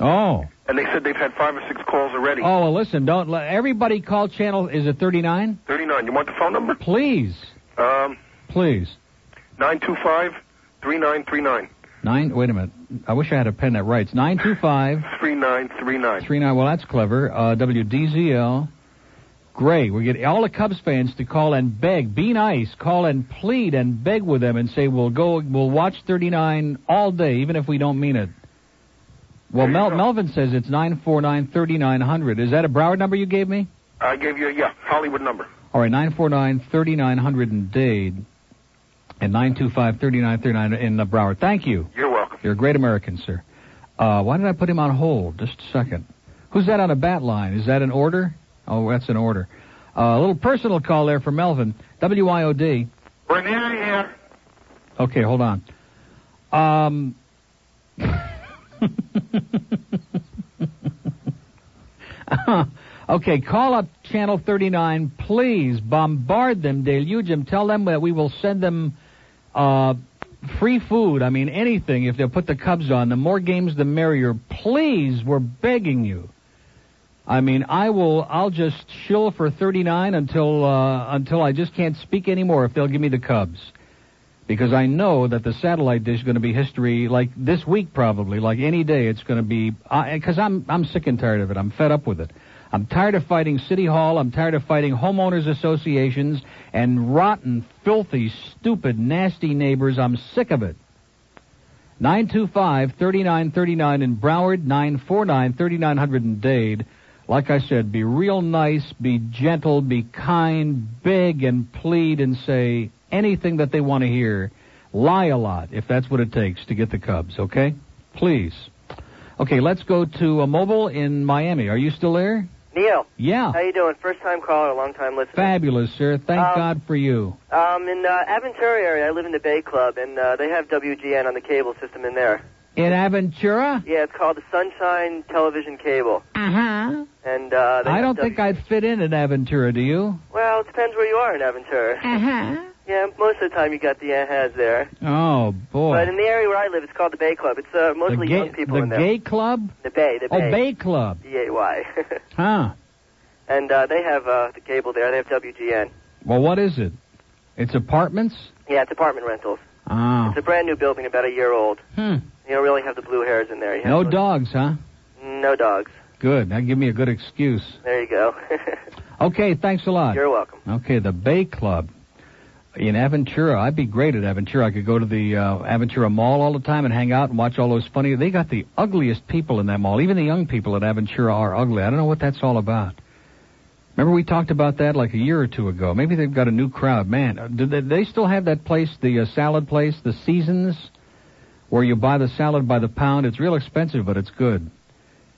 Oh.
and they said they've had five or six calls
Oh,
already.
well, listen, don't let everybody call channel. Is it 39?
Thirty-nine. You want the phone number?
Please.
Um,
Please.
nine two five three nine three nine
Nine, wait a minute. I wish I had a pen that writes. 925-
three nine three nine.
Three nine. Well, that's clever. Uh, WDZL. Great. We get all the Cubs fans to call and beg, be nice, call and plead and beg with them and say we'll go, we'll watch 39 all day, even if we don't mean it. Well, Mel- Melvin says it's 949-3900. Is that a Broward number you gave me?
I gave you yeah Hollywood number.
All right, 949-3900 in Dade and 925-3939 in uh, Broward. Thank you.
You're welcome.
You're a great American, sir. Uh, why did I put him on hold? Just a second. Who's that on a bat line? Is that an order? Oh, that's an order. Uh, a little personal call there for Melvin. WIOD.
We're nearly here.
Okay, hold on. Um, okay, call up Channel 39, please. Bombard them, deluge them. Tell them that we will send them uh, free food. I mean, anything if they'll put the Cubs on. The more games, the merrier. Please, we're begging you. I mean, I will. I'll just chill for 39 until uh, until I just can't speak anymore. If they'll give me the Cubs, because I know that the satellite dish is going to be history. Like this week, probably. Like any day, it's going to be. Because I'm I'm sick and tired of it. I'm fed up with it. I'm tired of fighting city hall. I'm tired of fighting homeowners associations and rotten, filthy, stupid, nasty neighbors. I'm sick of it. 925-3939 in Broward, 949-3900 in Dade. Like I said, be real nice, be gentle, be kind, beg and plead and say anything that they want to hear. Lie a lot if that's what it takes to get the Cubs, okay? Please. Okay, let's go to a mobile in Miami. Are you still there?
Neil,
Yeah.
how you doing? First time caller, long time listener.
Fabulous, sir. Thank
Um,
God for you.
Um, in uh, Aventura area, I live in the Bay Club, and uh, they have WGN on the cable system in there.
In Aventura?
Yeah, it's called the Sunshine Television Cable,
Uh-huh.
and uh, they
I
have
don't
W-
think I'd fit in in Aventura, do you?
Well, it depends where you are in Aventura.
Uh-huh.
Yeah, most of the time you got the has there.
Oh, boy.
But in the area where I live, it's called the Bay Club. It's uh, mostly
the gay,
young people
the
in there.
gay club?
The Bay, the
Oh,
Bay.
Bay Club.
B A Y.
Huh.
And uh, they have uh, the cable there. They have WGN.
Well, what is it? It's apartments?
Yeah, it's apartment rentals.
Oh.
It's a brand new building, about a year old.
Hmm.
You don't really have the blue hairs in there. You have
No
those-
dogs, huh?
No dogs.
Good. Now give me a good excuse.
There you go.
Okay, thanks a lot.
You're welcome.
Okay, the Bay Club in Aventura. I'd be great at Aventura. I could go to the uh, Aventura Mall all the time and hang out and watch all those funny. They got the ugliest people in that mall. Even the young people at Aventura are ugly. I don't know what that's all about. Remember we talked about that like a year or two ago. Maybe they've got a new crowd. Man, uh, do they, they still have that place, the uh, salad place, the Seasons, where you buy the salad by the pound. It's real expensive, but it's good.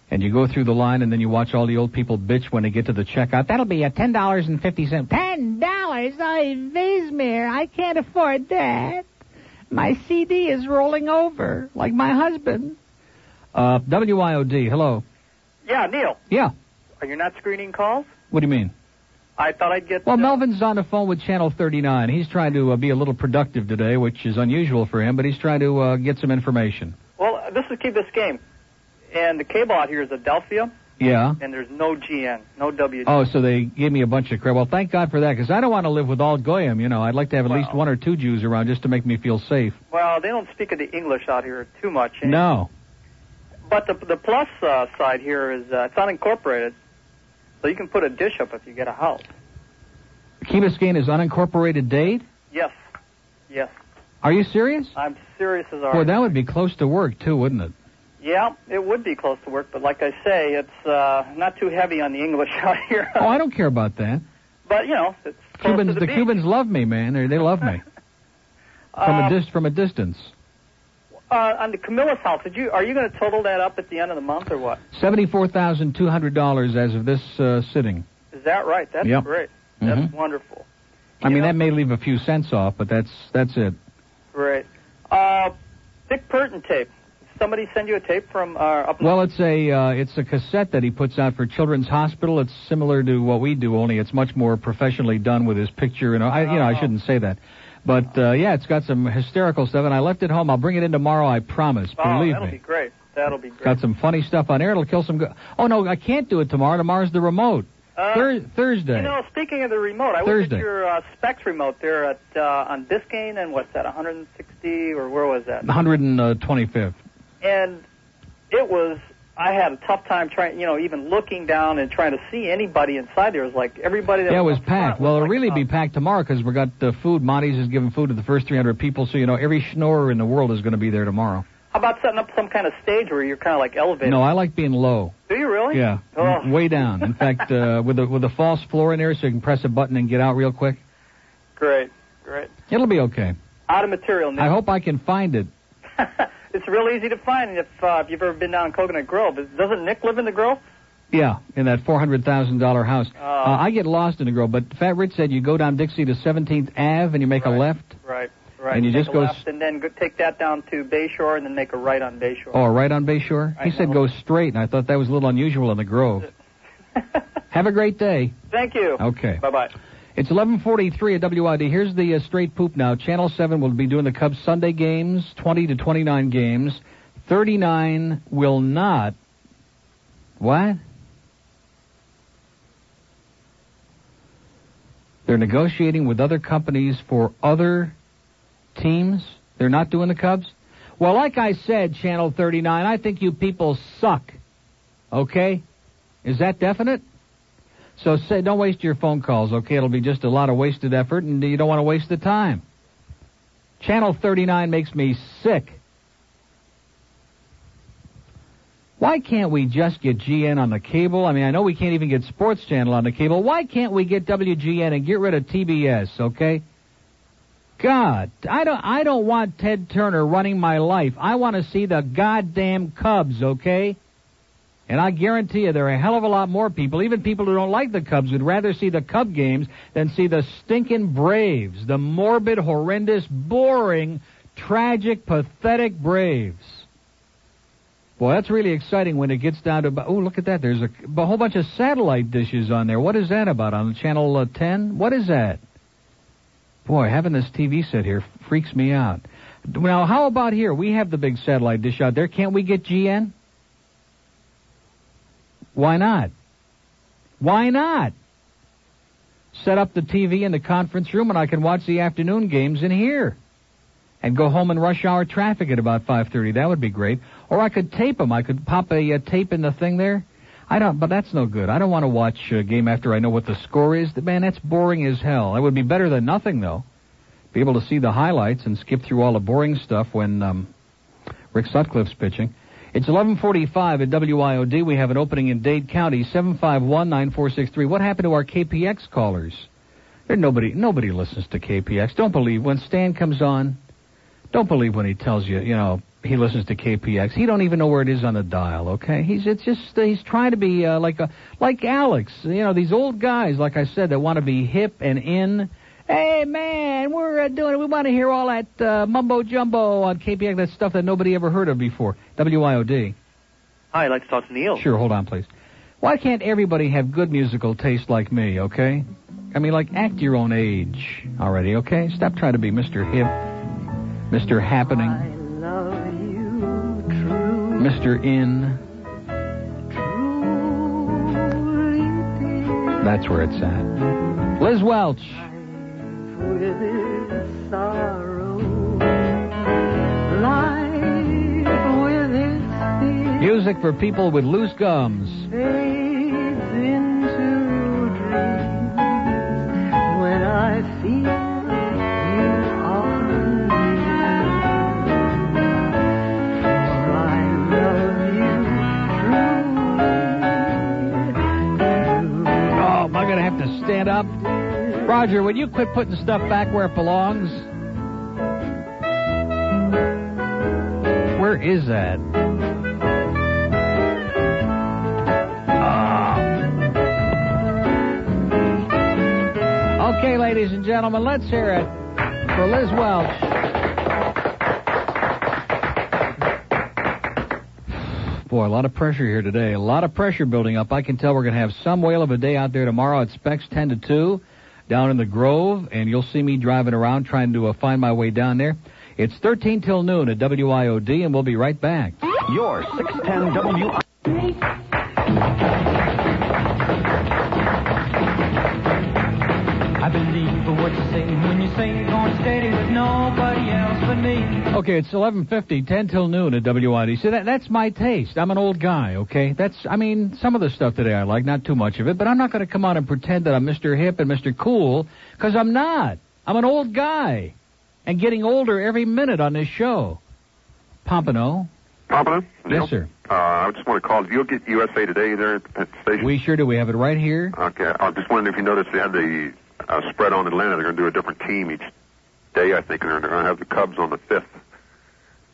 And you go through the line, and then you watch all the old people bitch when they get to the checkout. That'll be a ten dollars and fifty cent.
Ten dollars? I Vizmir, I can't afford that. My CD is rolling over, like my husband.
Uh, WIOD, hello.
Yeah, Neil.
Yeah.
Are you not screening calls?
What do you mean?
I thought I'd get. uh,
Well, Melvin's on the phone with Channel 39. He's trying to uh, be a little productive today, which is unusual for him, but he's trying to uh, get some information.
Well, uh, this is keep this game, and the cable out here is Adelphia,
Yeah.
and there's no GN, no WG.
Oh, so they gave me a bunch of crap. Well, thank God for that, because I don't want to live with all goyim. You know, I'd like to have at least one or two Jews around just to make me feel safe.
Well, they don't speak of the English out here too much. and-
No.
But the the plus uh, side here is uh, it's unincorporated, so you can put a dish up if you get a house.
Key Biscayne is unincorporated date.
Yes, yes.
Are you serious?
I'm serious as
Boy,
art.
that would be close to work too, wouldn't it?
Yeah, it would be close to work, but like I say, it's uh, not too heavy on the English out here.
Oh, I don't care about that.
But you know, it's close
Cubans,
to
the,
the, beach.
Cubans love me, man. They, they love me from
Uh,
a dis- from a distance.
Uh, on the Camilla's house, did you are you going to total that up at the end of the month or what?
Seventy-four thousand two hundred dollars as of this uh, sitting.
Is that right? That's
Yep.
great.
Mhm.
That's wonderful.
I mean, that may leave a few cents off, but that's that's it.
Great. Uh, Dick Purton tape. Did Somebody send you a tape from uh, up
Well, it's a uh, it's a cassette that he puts out for Children's Hospital. It's similar to what we do, only it's much more professionally done with his picture. And uh, I, you
Oh.
know, I shouldn't say that, but uh, yeah, it's got some hysterical stuff. And I left it home. I'll bring it in tomorrow. I promise.
Oh,
Believe
that'll
me.
be great. That'll be great.
Got some funny stuff on air. It'll kill some. Go- oh no, I can't do it tomorrow. Tomorrow's the remote.
Uh,
Thur- Thursday.
You know, speaking of the remote, I was
Thursday.
at your uh, Specs remote there at uh, on Biscayne and what's that, 160 or where was that?
uh, 125th.
And it was. I had a tough time trying, you know, even looking down and trying to see anybody inside there. It was like everybody that
Yeah, it
was
was packed. Well, uh, it'll really be packed tomorrow because we got the food. Monty's is giving food to the first 300 people, so you know every schnorrer in the world is going to be there tomorrow.
How about setting up some kind of stage where you're kind of like elevated?
No, I like being low.
Do you really?
Yeah,
Oh.
way down. In fact, uh, with a with a false floor in there, so you can press a button and get out real quick.
Great, great.
It'll be okay.
Out of material. Nick.
I hope I can find it.
It's real easy to find if uh, if you've ever been down in Coconut Grove. But Doesn't Nick live in the Grove?
Yeah, in that four hundred thousand dollar house. Uh, I get lost in the grove, but Fat Rich said you go down Dixie to Seventeenth Ave and you make a left.
Right, right.
And you
Take
just
a
go
left
s-
and then go, take that down to Bayshore and then make a right on Bayshore.
Oh, right on Bayshore. He said go straight, and I thought that was a little unusual in the Grove. Have a great day.
Thank you.
Okay.
Bye bye.
It's 11:43 at WID. Here's the uh, straight poop now. Channel 7 will be doing the Cubs Sunday games, 20 to 29 games. 39 will not. What? They're negotiating with other companies for other teams. They're not doing the Cubs. Well, like I said, Channel 39, I think you people suck. Okay? Is that definite? So say, don't waste your phone calls, okay? It'll be just a lot of wasted effort, and you don't want to waste the time. Channel 39 makes me sick. Why can't we just get GN on the cable? I mean, I know we can't even get Sports Channel on the cable. Why can't we get WGN and get rid of TBS, okay? God, I don't I don't want Ted Turner running my life. I want to see the goddamn Cubs, okay? And I guarantee you there are a hell of a lot more people, even people who don't like the Cubs, would rather see the Cub games than see the stinking Braves, the morbid, horrendous, boring, tragic, pathetic Braves. Boy, that's really exciting when it gets down to. about- Oh, look at that! There's a, a whole bunch of satellite dishes on there. What is that about? On channel uh, ten? What is that? Boy, having this TV set here freaks me out. Now, how about here? We have the big satellite dish out there. Can't we get GN? Why not? Why not? Set up the TV in the conference room and I can watch the afternoon games in here. And go home in rush hour traffic at about 5:30. That would be great. Or I could tape them. I could pop a, uh tape in the thing there. I don't, but that's no good. I don't want to watch a game after I know what the score is. Man, that's boring as hell. That would be better than nothing though. Be able to see the highlights and skip through all the boring stuff when um, Rick Sutcliffe's pitching. It's 11:45 at WIOD. We have an opening in Dade County, 751-9463. What happened to our KPX callers? There nobody nobody listens to KPX. Don't believe when Stan comes on. Don't believe when he tells you, you know, he listens to KPX. He don't even know where it is on the dial, okay? He's it's just he's trying to be uh, like a like Alex, you know, these old guys like I said that want to be hip and in. Hey man, we're uh, doing it. We want to hear all that uh, mumbo jumbo on KPX, that stuff that nobody ever heard of before. WIOD.
Hi, I'd like to talk to Neil.
Sure, hold on, please. Why can't everybody have good musical taste like me, okay? I mean, like, act your own age already, okay? Stop trying to be Mr. Hip, Mr. Happening, Mr. In. That's where it's at. Liz Welch. Music for people with loose gums. Oh, am I going to have to stand up? Roger, would you quit putting stuff back where it belongs? Where is that? Ah. Okay, ladies and gentlemen, let's hear it for Liz Welch. Boy, a lot of pressure here today. A lot of pressure building up. I can tell we're going to have some whale of a day out there tomorrow at Specs 10 to 2 down in the Grove, and you'll see me driving around trying to uh, find my way down there. It's 13 till noon at WIOD, and we'll be right back.
Your 610 W. E.
I believe for what you say when you say you're going steady with nobody else but me.
Okay, it's 11:50, 10 till noon at WID. See, that, that's my taste. I'm an old guy, okay? That's, I mean, some of the stuff today I like, not too much of it, but I'm not going to come out and pretend that I'm Mr. Hip and Mr. Cool, because I'm not. I'm an old guy, and getting older every minute on this show. Pompano,
Papa?
yes, sir.
Uh, I just want to call. Do you get USA Today there at the station?
We sure do. We have it right here.
Okay. I was just wondering if you noticed they had the uh, spread on Atlanta. They're going to do a different team each day, I think, and they're going to have the Cubs on the 5th.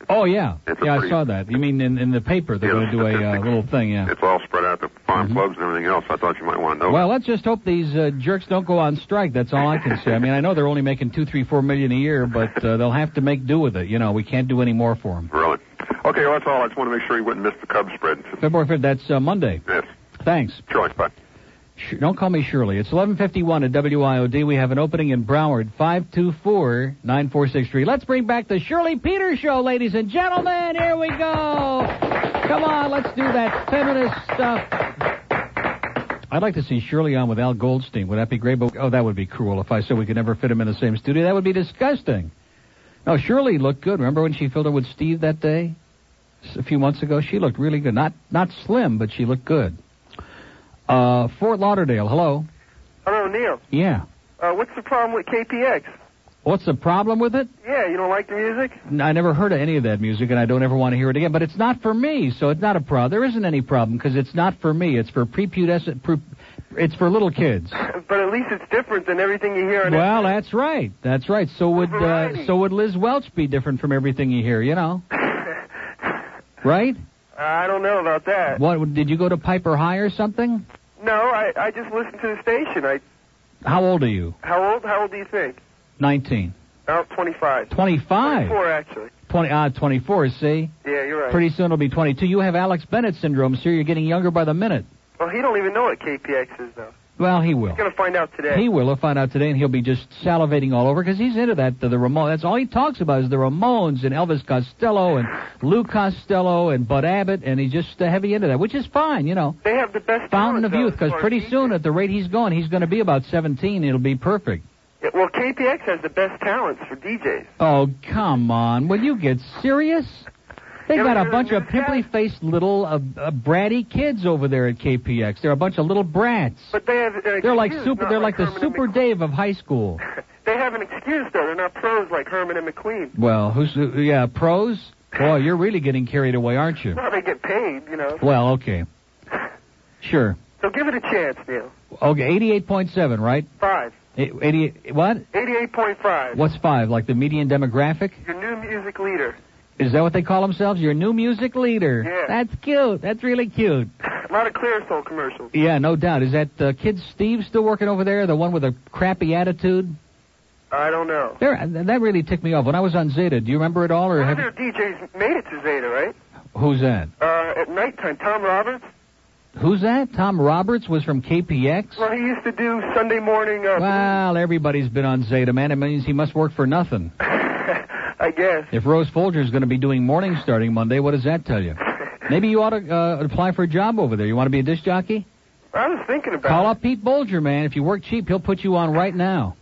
Oh yeah,
It's a
yeah, I
pretty-
saw that. You mean in, in the paper they're
Yeah,
going to do a uh,
statistics.
little thing, yeah.
It's all spread out to farm
Mm-hmm.
clubs and everything else. I thought you might want to know.
Well, let's just hope these uh, jerks don't go on strike. That's all I can say. I mean, I know they're only making two, three, four million a year, but uh, they'll have to make do with it. You know, we can't do any more for them.
really. Okay, well, that's all. I just want to make sure you wouldn't miss the Cubs spread.
February fifth. That's uh, Monday.
Yes.
Thanks.
Sure, bye.
Sh- don't call me Shirley. It's 11:51 at WIOD. We have an opening in Broward, 524-9463. Let's bring back the Shirley Peters show, ladies and gentlemen. Here we go. Come on, let's do that feminist stuff. I'd like to see Shirley on with Al Goldstein. Would that be great? But oh, that would be cruel if I said we could never fit him in the same studio. That would be disgusting. No, Shirley looked good. Remember when she filled in with Steve that day? S- A few months ago, she looked really good. Not not slim, but she looked good. Uh, Fort Lauderdale, hello.
Hello, Neil.
Yeah.
Uh, what's the problem with KPX?
What's the problem with it?
Yeah, you don't like the music?
N- I never heard of any of that music, and I don't ever want to hear it again. But it's not for me, so it's not a problem. There isn't any problem because it's not for me. It's for prepubescent. Pre- it's for little kids.
But at least it's different than everything you hear.
Well, that's right. That's right. So would uh, so would Liz Welch be different from everything you hear? You know, right?
I don't know about that.
What did you go to Piper High or something?
No, I, I just listened to the station. I
How old are you?
how old how old do you think?
Nineteen.
About 25.
Twenty-five.
24 actually.
Twenty. Ah, twenty-four. See.
Yeah, you're right.
Pretty soon it'll be 22. You have Alex Bennett syndrome, sir. You're getting younger by the minute.
Well, he don't even know what KPX is though.
Well, he will.
He's gonna find out today.
He will. He'll find out today, and he'll be just salivating all over because he's into that. The, the Ramones. That's all he talks about is the Ramones and Elvis Costello and Lou Costello and Bud Abbott, and he's just uh, heavy into that, which is fine, you know.
They have the best
Fountain
talent,
of
though,
youth,
as
because
far as
pretty
he-
soon, at the rate he's going, he's going to be about 17. It'll be perfect.
Yeah, well, KPX has the best talents for DJs.
Oh, come on. Will you get serious? They
You ever
got
heard
a
of
bunch of
Newscast?
pimply faced little uh, uh, bratty kids over there at KPX. They're a bunch of little brats.
But they have. An
They're like
excuse,
super.
not
They're
like
like the
Herman and
super Dave of high school.
Mc- They have an excuse though. They're not pros like Herman and McQueen.
Well, who's who- yeah, pros? Boy, you're really getting carried away, aren't you?
Well, they get paid, you know.
Well, okay, sure.
So give it a chance, Neil.
Okay, eighty-eight point seven, right?
Five.
Eight- Eighty. What?
Eighty-eight point five.
What's five? Like the median demographic?
Your new music leader.
Is that what they call themselves? Your new music leader.
Yeah.
That's cute. That's really cute.
A lot of Clear Soul commercials.
Yeah, no doubt. Is that uh, kid Steve still working over there? The one with the crappy attitude?
I don't know.
There, that really ticked me off when I was on Zeta. Do you remember it all, or
One
have
of their DJs made it to Zeta, right?
Who's that?
Uh, at nighttime, Tom Roberts.
Who's that? Tom Roberts was from KPX.
Well, he used to do Sunday morning. Uh,
Well, everybody's been on Zeta, man. It means he must work for nothing.
I guess.
If Rose Folger's going to be doing mornings starting Monday, what does that tell you? Maybe you ought to uh, apply for a job over there. You want to be a disc jockey?
I was thinking about.
Call
it.
up Pete Bolger, man. If you work cheap, he'll put you on right now.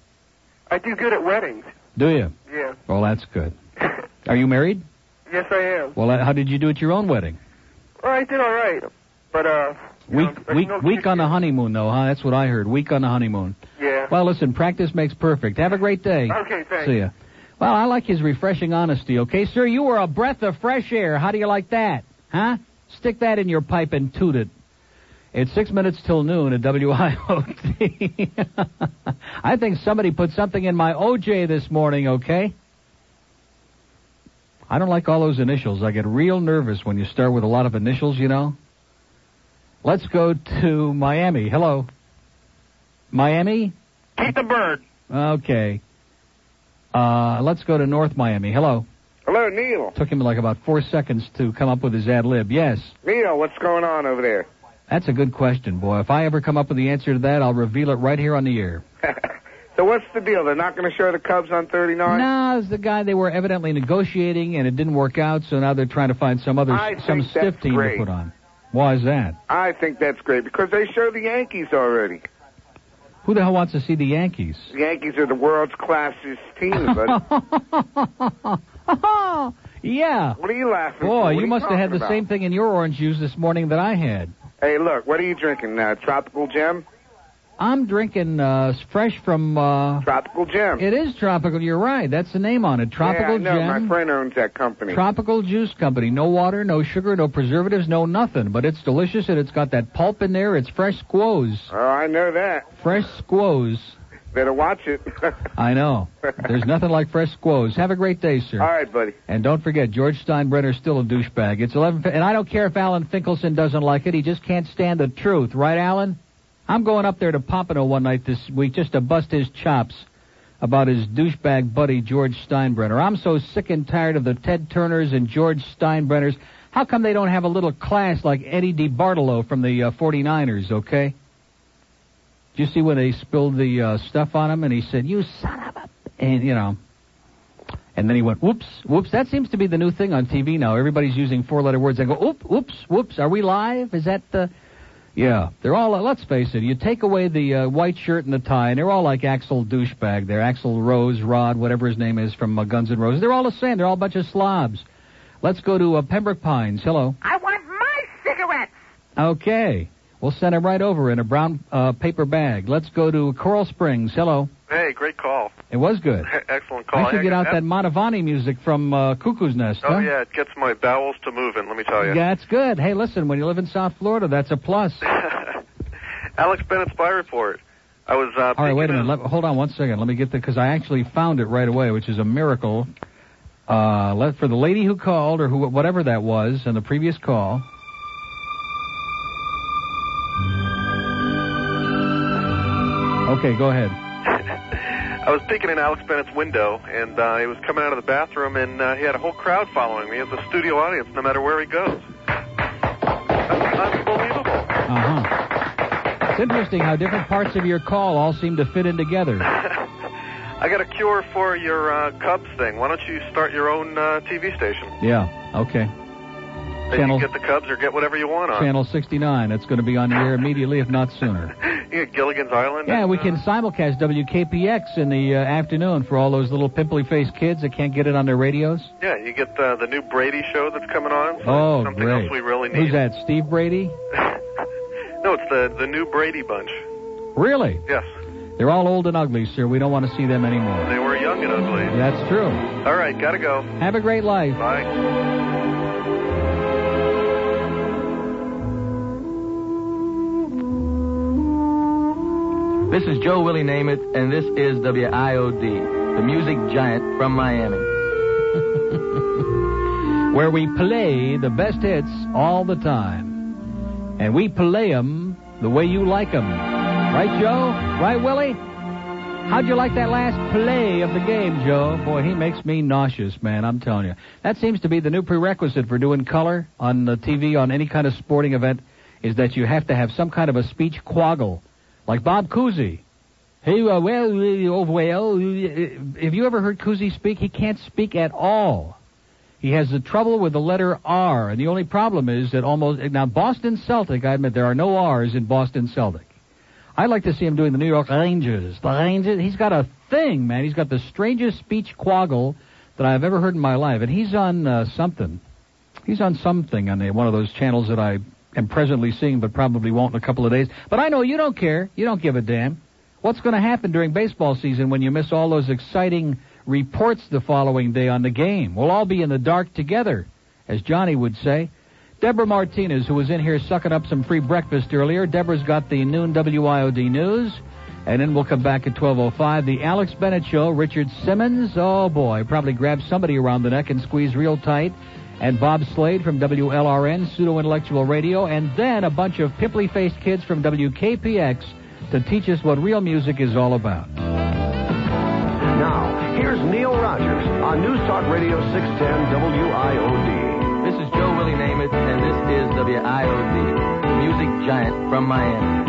I do good at weddings.
Do you?
Yeah.
Well, that's good. Are you married?
Yes, I am.
Well, uh, how did you do at your own wedding?
Well, I did all right, but uh,
Week,
there's
week,
no
week on the honeymoon, though, huh? That's what I heard. Week on the honeymoon.
yeah.
Well, listen, practice makes perfect. Have a great day.
Okay, thanks.
See ya. Well, I like his refreshing honesty. Okay, sir, you were a breath of fresh air. How do you like that? Huh? Stick that in your pipe and toot it. It's six minutes till noon at WIOT. I think somebody put something in my OJ this morning, okay? I don't like all those initials. I get real nervous when you start with a lot of initials, you know? Let's go to Miami. Hello. Miami?
Keep the bird.
Okay. Uh, let's go to North Miami. Hello.
Hello, Neil.
Took him like about four seconds to come up with his ad lib. Yes.
Neil, what's going on over there?
That's a good question, boy. If I ever come up with the answer to that, I'll reveal it right here on the air.
So what's the deal? They're not going to show the Cubs on 39?
No, it's the guy they were evidently negotiating, and it didn't work out, so now they're trying to find some other,
I
some
think that's
stiff team
great.
to put on. Why is that?
I think that's great because they show the Yankees already.
Who the hell wants to see the Yankees?
The Yankees are the world's classiest team, buddy.
yeah.
what are you laughing for?
Boy,
What are
you must have had
talking
the
about?
same thing in your orange juice this morning that I had.
Hey, look, what are you drinking? Uh, tropical Gem?
I'm drinking uh, fresh from. Uh,
Tropical Gem.
It is tropical. You're right. That's the name on it. Tropical
yeah, I know.
Gem.
My friend owns that company.
Tropical Juice Company. No water, no sugar, no preservatives, no nothing. But it's delicious and it's got that pulp in there. It's fresh squoze.
oh, I know that.
Fresh squoze.
Better watch it.
I know. There's nothing like fresh squoze. Have a great day, sir.
All right, buddy.
And don't forget, George Steinbrenner's still a douchebag. It's 11, and I don't care if Alan Finkelson doesn't like it. He just can't stand the truth, right, Alan? I'm going up there to Pompano one night this week just to bust his chops about his douchebag buddy George Steinbrenner. I'm so sick and tired of the Ted Turners and George Steinbrenners. How come they don't have a little class like Eddie DiBartolo from the uh, 49ers? Okay. Did you see when they spilled the uh, stuff on him and he said, "You son of a," and you know. And then he went, whoops, whoops. That seems to be the new thing on TV now. Everybody's using four-letter words. They go, oop, whoops, whoops. Are we live? Is that the? Yeah, they're all. uh, Let's face it. You take away the uh, white shirt and the tie, and they're all like Axel douchebag. They're Axel Rose, Rod, whatever his name is from uh, Guns N' Roses. They're all the same. They're all a bunch of slobs. Let's go to uh, Pembroke Pines. Hello.
I want my cigarettes.
Okay, we'll send him right over in a brown uh, paper bag. Let's go to Coral Springs. Hello.
Hey, great call.
It was good.
Excellent call.
I should
Hey,
get out
that-
that Montavani music from uh, Cuckoo's Nest.
Oh
huh?
yeah, Oh, it gets my bowels to moving. Let me tell you.
That's good. Hey, listen, when you live in South Florida, that's a plus.
Alex Bennett's spy report. I was. Uh,
All right, wait a
thinking
minute.
of-
Let, hold on one second. Let me get the because I actually found it right away, which is a miracle. Uh, let, for the lady who called or who whatever that was in the previous call. Okay, go ahead.
I was peeking in Alex Bennett's window, and uh, he was coming out of the bathroom, and uh, he had a whole crowd following me. He has a studio audience, no matter where he goes.
Uh huh. It's interesting how different parts of your call all seem to fit in together.
I got a cure for your uh, Cubs thing. Why don't you start your own uh, TV station?
Yeah. Okay.
Then
Channel-
you can get the Cubs or get whatever you want on.
Channel 69. That's going to be on the air immediately, if not sooner.
You get Gilligan's Island.
Yeah,
and,
we
uh,
can simulcast WKPX in the uh, afternoon for all those little pimply-faced kids that can't get it on their radios.
Yeah, you get uh, the new Brady show that's coming on. So
Oh,
it's something
great.
else we really
Who's
need.
that, Steve Brady?
No, it's the the new Brady bunch.
Really?
Yes,
They're all old and ugly, sir. We don't want to see them anymore.
they were young and ugly.
That's true.
All right, gotta go.
Have a great life.
This is Joe Willie Namath, and this is WIOD, the music giant from Miami.
Where we play the best hits all the time. And we play 'em the way you like 'em. Right, Joe? Right, Willie? How'd you like that last play of the game, Joe? Boy, he makes me nauseous, man. I'm telling you. That seems to be the new prerequisite for doing color on the TV on any kind of sporting event is that you have to have some kind of a speech quaggle, like Bob Cousy. Hey, uh, well, uh, oh, well, uh, have you ever heard Cousy speak? He can't speak at all. He has the trouble with the letter R, and the only problem is that almost now Boston Celtic. I admit there are no R's in Boston Celtic. I'd like to see him doing the New York Rangers. The Rangers. He's got a thing, man. He's got the strangest speech quaggle that I've ever heard in my life, and he's on uh, something. He's on something on the, one of those channels that I am presently seeing, but probably won't in a couple of days. But I know you don't care. You don't give a damn. What's going to happen during baseball season when you miss all those exciting? reports the following day on the game. We'll all be in the dark together, as Johnny would say. Deborah Martinez, who was in here sucking up some free breakfast earlier, Deborah's got the noon WIOD news, and then we'll come back at 12:05. The Alex Bennett Show. Richard Simmons, oh boy, probably grabbed somebody around the neck and squeezed real tight. And Bob Slade from WLRN, Pseudo Intellectual Radio, and then a bunch of pimply-faced kids from WKPX to teach us what real music is all about.
Now, here's Neil Rogers on News Talk Radio 610 WIOD.
This is Joe Willie Namath, and this is WIOD, the music giant from Miami.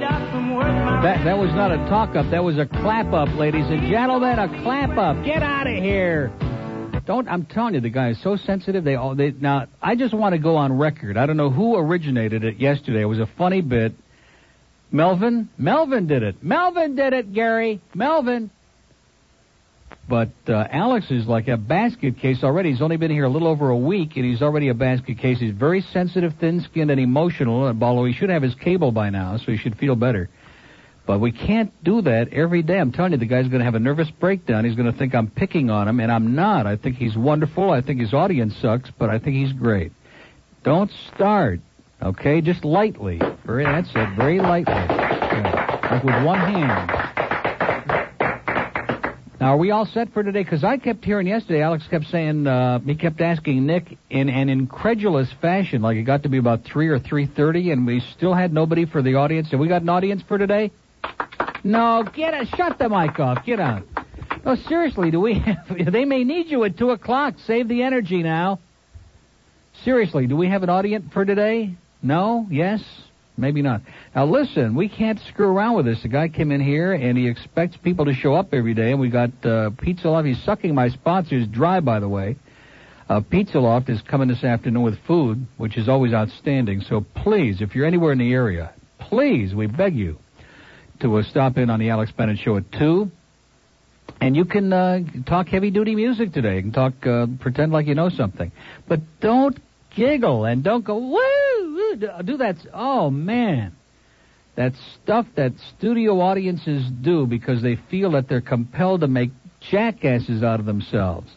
That, that was not a talk up, that was a clap up, ladies and gentlemen, a clap up. Get out of here! Don't I'm telling you, the guy is so sensitive. They all they now. I just want to go on record. I don't know who originated it yesterday. It was a funny bit. Melvin, Melvin did it. Melvin did it, Gary. Melvin. But uh, Alex is like a basket case already. He's only been here a little over a week, and he's already a basket case. He's very sensitive, thin-skinned, and emotional. And although he should have his cable by now, so he should feel better. But we can't do that every day. I'm telling you, the guy's going to have a nervous breakdown. He's going to think I'm picking on him, and I'm not. I think he's wonderful. I think his audience sucks, but I think he's great. Don't start, okay? Just lightly. Very, that's it. Very lightly. Yeah. Like with one hand. Now, are we all set for today? Because I kept hearing yesterday, Alex kept saying, uh, he kept asking Nick in an incredulous fashion, like it got to be about 3 or 3.30, and we still had nobody for the audience. Have we got an audience for today? No, get it. Shut the mic off. Get out. No, seriously, do we have? They may need you at two o'clock. Save the energy now. Seriously, do we have an audience for today? No. Yes. Maybe not. Now listen, we can't screw around with this. The guy came in here and he expects people to show up every day. And we got uh, Pizza Loft. He's sucking my sponsors dry, by the way. Uh, Pizza Loft is coming this afternoon with food, which is always outstanding. So please, if you're anywhere in the area, please, we beg you, to uh, stop in on the Alex Bennett Show at 2. And you can uh, talk heavy duty music today. You can talk, uh, pretend like you know something. But don't giggle and don't go, woo, woo do that. Oh, man. That stuff that studio audiences do because they feel that they're compelled to make jackasses out of themselves.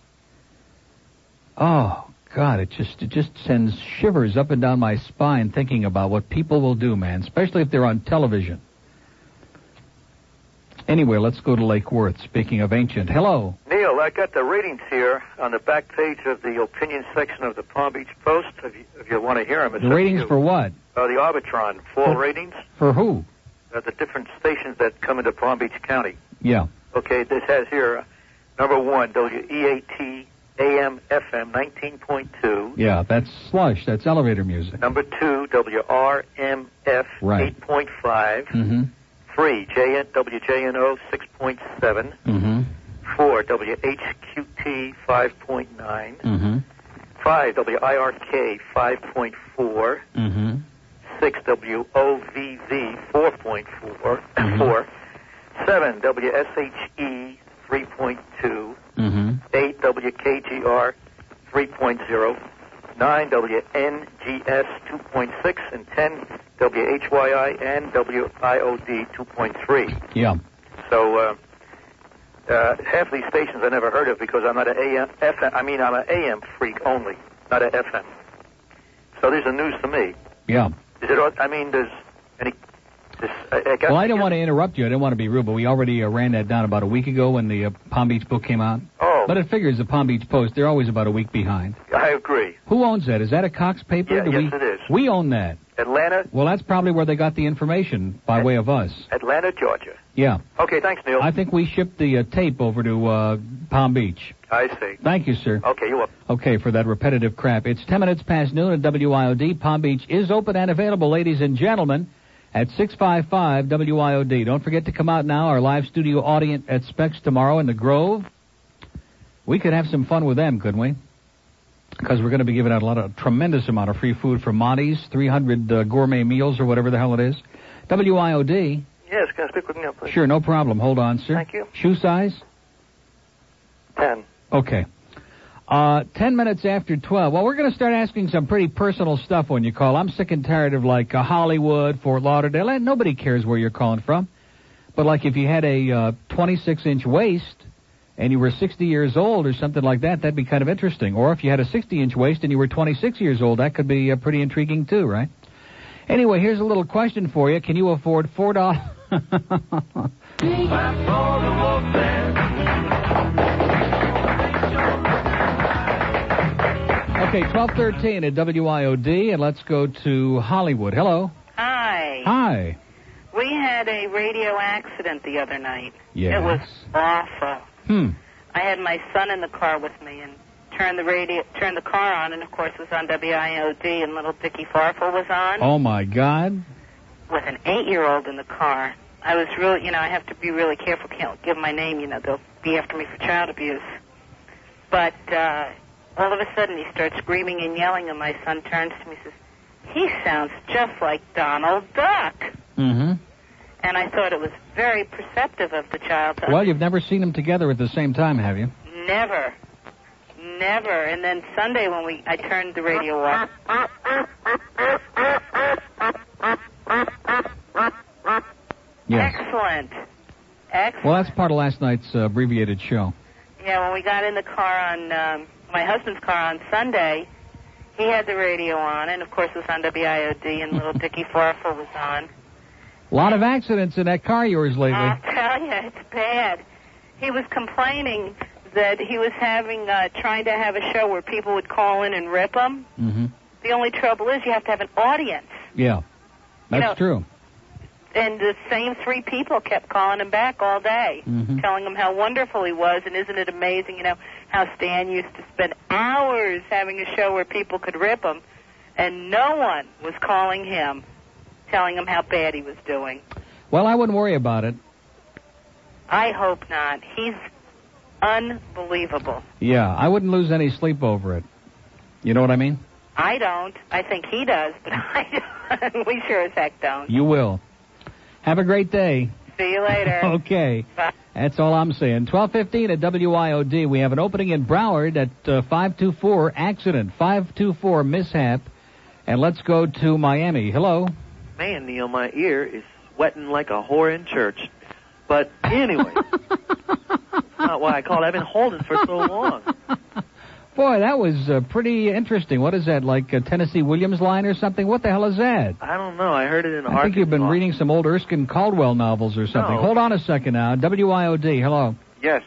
Oh, God, it just it just sends shivers up and down my spine thinking about what people will do, man, especially if they're on television. Anyway, let's go to Lake Worth. Speaking of ancient, hello.
Neil, I got the ratings here on the back page of the opinion section of the Palm Beach Post. If you, if you want to hear them,
the ratings for what?
Uh, the Arbitron fall
for,
ratings.
For who?
Uh, the different stations that come into Palm Beach County.
Yeah.
Okay, this has here uh, number one E WEAT AM FM 19.2.
Yeah, that's slush. That's elevator music.
Number two WRMF
right.
8.5. Mm-hmm. 3, WJNO 6.7,
mm-hmm.
4, WHQT 5.9,
mm-hmm.
5, WIRK 5.4,
mm-hmm.
6, WOVV 4.4, 4, 7, WSHE
Mm-hmm.
3.2, 8, WKGR 3.0, 9, WNGS 2.6, and 10, WHYI and WIOD 2.3.
Yeah.
So uh, uh, half these stations I never heard of because I'm not an AM FM. I mean, I'm an AM freak only, not an FM. So these are news to me.
Yeah.
Is it? I mean, there's any. This, I, I
well, I didn't want to interrupt you. I didn't want to be rude, but we already uh, ran that down about a week ago when the Palm uh, Beach book came out.
Oh,
But it figures the Palm Beach Post, they're always about a week behind.
I agree.
Who owns that? Is that a Cox paper?
Yeah,
Do
yes,
we,
it is.
We own that.
Atlanta,
Well, that's probably where they got the information by way of us.
Atlanta, Georgia.
Yeah.
Okay, thanks, Neil.
I think we shipped the uh, tape over to uh, Palm Beach.
I see.
Thank you, sir.
Okay, you're welcome.
Okay, for that repetitive crap. It's 10 minutes past noon at WIOD. Palm Beach is open and available, ladies and gentlemen, at 655 WIOD. Don't forget to come out now, our live studio audience at Specs tomorrow in the Grove. We could have some fun with them, couldn't we? Because we're going to be giving out a lot of tremendous amount of free food from Monty's, 300 uh, gourmet meals or whatever the hell it is. WIOD.
Yes, can I speak with Neil, please?
Sure, no problem. Hold on, sir.
Thank you.
Shoe size?
Ten.
Okay. Uh, ten minutes after twelve. Well, we're going to start asking some pretty personal stuff when you call. I'm sick and tired of like uh, Hollywood, Fort Lauderdale. And nobody cares where you're calling from. But like if you had a uh, 26 inch waist and you were 60 years old or something like that, that'd be kind of interesting. Or if you had a 60 inch waist and you were 26 years old, that could be uh, pretty intriguing too, right? Anyway, here's a little question for you. Can you afford four dollars? Okay, 1213 at WIOD, and let's go to Hollywood. Hello.
Hi.
Hi.
We had a radio accident the other night.
Yes.
It was awful.
Hmm.
I had my son in the car with me and turned the radio, turned the car on, and of course it was on WIOD, and little Dickie Farfel was on
Oh, my God.
with an eight-year-old in the car. I was really, you know, I have to be really careful. Can't give my name, you know, they'll be after me for child abuse. But uh, all of a sudden, he starts screaming and yelling, and my son turns to me and says, "He sounds just like Donald Duck."
Mm-hmm.
And I thought it was very perceptive of the child. To
Well, you've never seen them together at the same time, have you?
Never. Never. And then Sunday when we I turned the radio off.
Yes.
Excellent. Excellent.
Well, that's part of last night's uh, abbreviated show.
Yeah, when we got in the car on um, my husband's car on Sunday, he had the radio on, and of course it was on WIOD, and little Dickie Farfel was on.
A lot of accidents in that car of yours lately.
I'll tell you, it's bad. He was complaining that he was having uh, trying to have a show where people would call in and rip him.
mm-hmm.
The only trouble is you have to have an audience,
Yeah. That's true.
and the same three people kept calling him back all day,
Mhm.
telling him how wonderful he was, and isn't it amazing, you know, how Stan used to spend hours having a show where people could rip him, and no one was calling him, telling him how bad he was doing.
Well, I wouldn't worry about it.
I hope not. He's unbelievable.
Yeah, I wouldn't lose any sleep over it. You know what I mean?
I don't. I think he does, but I don't. we sure as heck don't.
You will. Have a great day.
See you later.
okay. That's all I'm saying. 12:15 at WIOD. We have an opening in Broward at uh, 524 accident, 524 mishap, and let's go to Miami. Hello.
Man, Neil, my ear is sweating like a whore in church. But anyway, that's not why I called. I've been holding for so long.
Boy, that was uh, pretty interesting. What is that, like a Tennessee Williams line or something? What the hell is that?
I don't know. I heard it in
I think
Arkansas.
you've been reading some old Erskine Caldwell novels or something.
No.
Hold on a second now. WIOD. Hello.
Yes.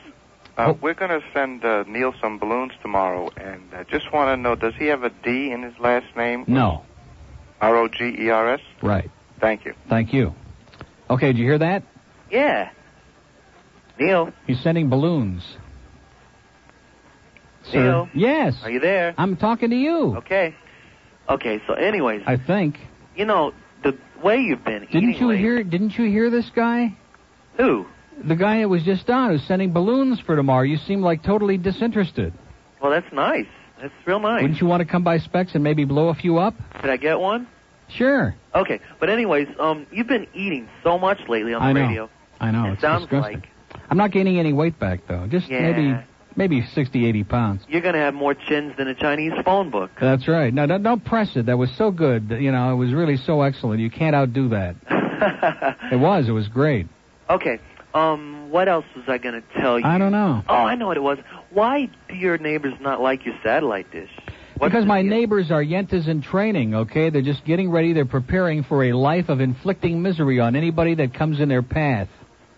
Uh, We're going to send uh, Neil some balloons tomorrow, and I just want to know does he have a D in his last name?
No.
R O G E R S?
Right.
Thank you.
Thank you. Okay, did you hear that?
Yeah. Neil,
He's sending balloons.
Neil?
Sir? Yes.
are you there?
I'm talking to you.
Okay. Okay, so anyways,
I think.
you know, the way you've been
Didn't
eating
you
lately-
hear? Didn't you hear this guy?
Who?
The guy that was just on who's sending balloons for tomorrow. You seem like totally disinterested.
Well, that's nice. That's real nice.
Wouldn't you want to come by Specs and maybe blow a few up?
Did I get one?
Sure.
Okay, but anyways, um, you've been eating so much lately on the
I know.
radio.
I know.
It
it's
sounds
disgusting.
like
I'm not gaining any weight back though. Just
Yeah.
maybe maybe 60, 80 pounds.
you're gonna have more chins than a Chinese phone book.
That's right. No, don't, don't press it. That was so good. that, You know, it was really so excellent. You can't outdo that. It was. It was great.
okay, um, what else was I gonna tell you?
I don't know.
Oh, I know what it was. Why do your neighbors not like your satellite dish?
because my neighbors are yentas in training, okay? They're just getting ready. They're preparing for a life of inflicting misery on anybody that comes in their path.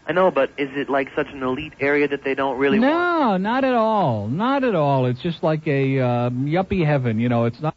I know, but is it like such an elite area that they don't really
no, not at all. Not at all. It's just like a uh, yuppie heaven. You know, it's not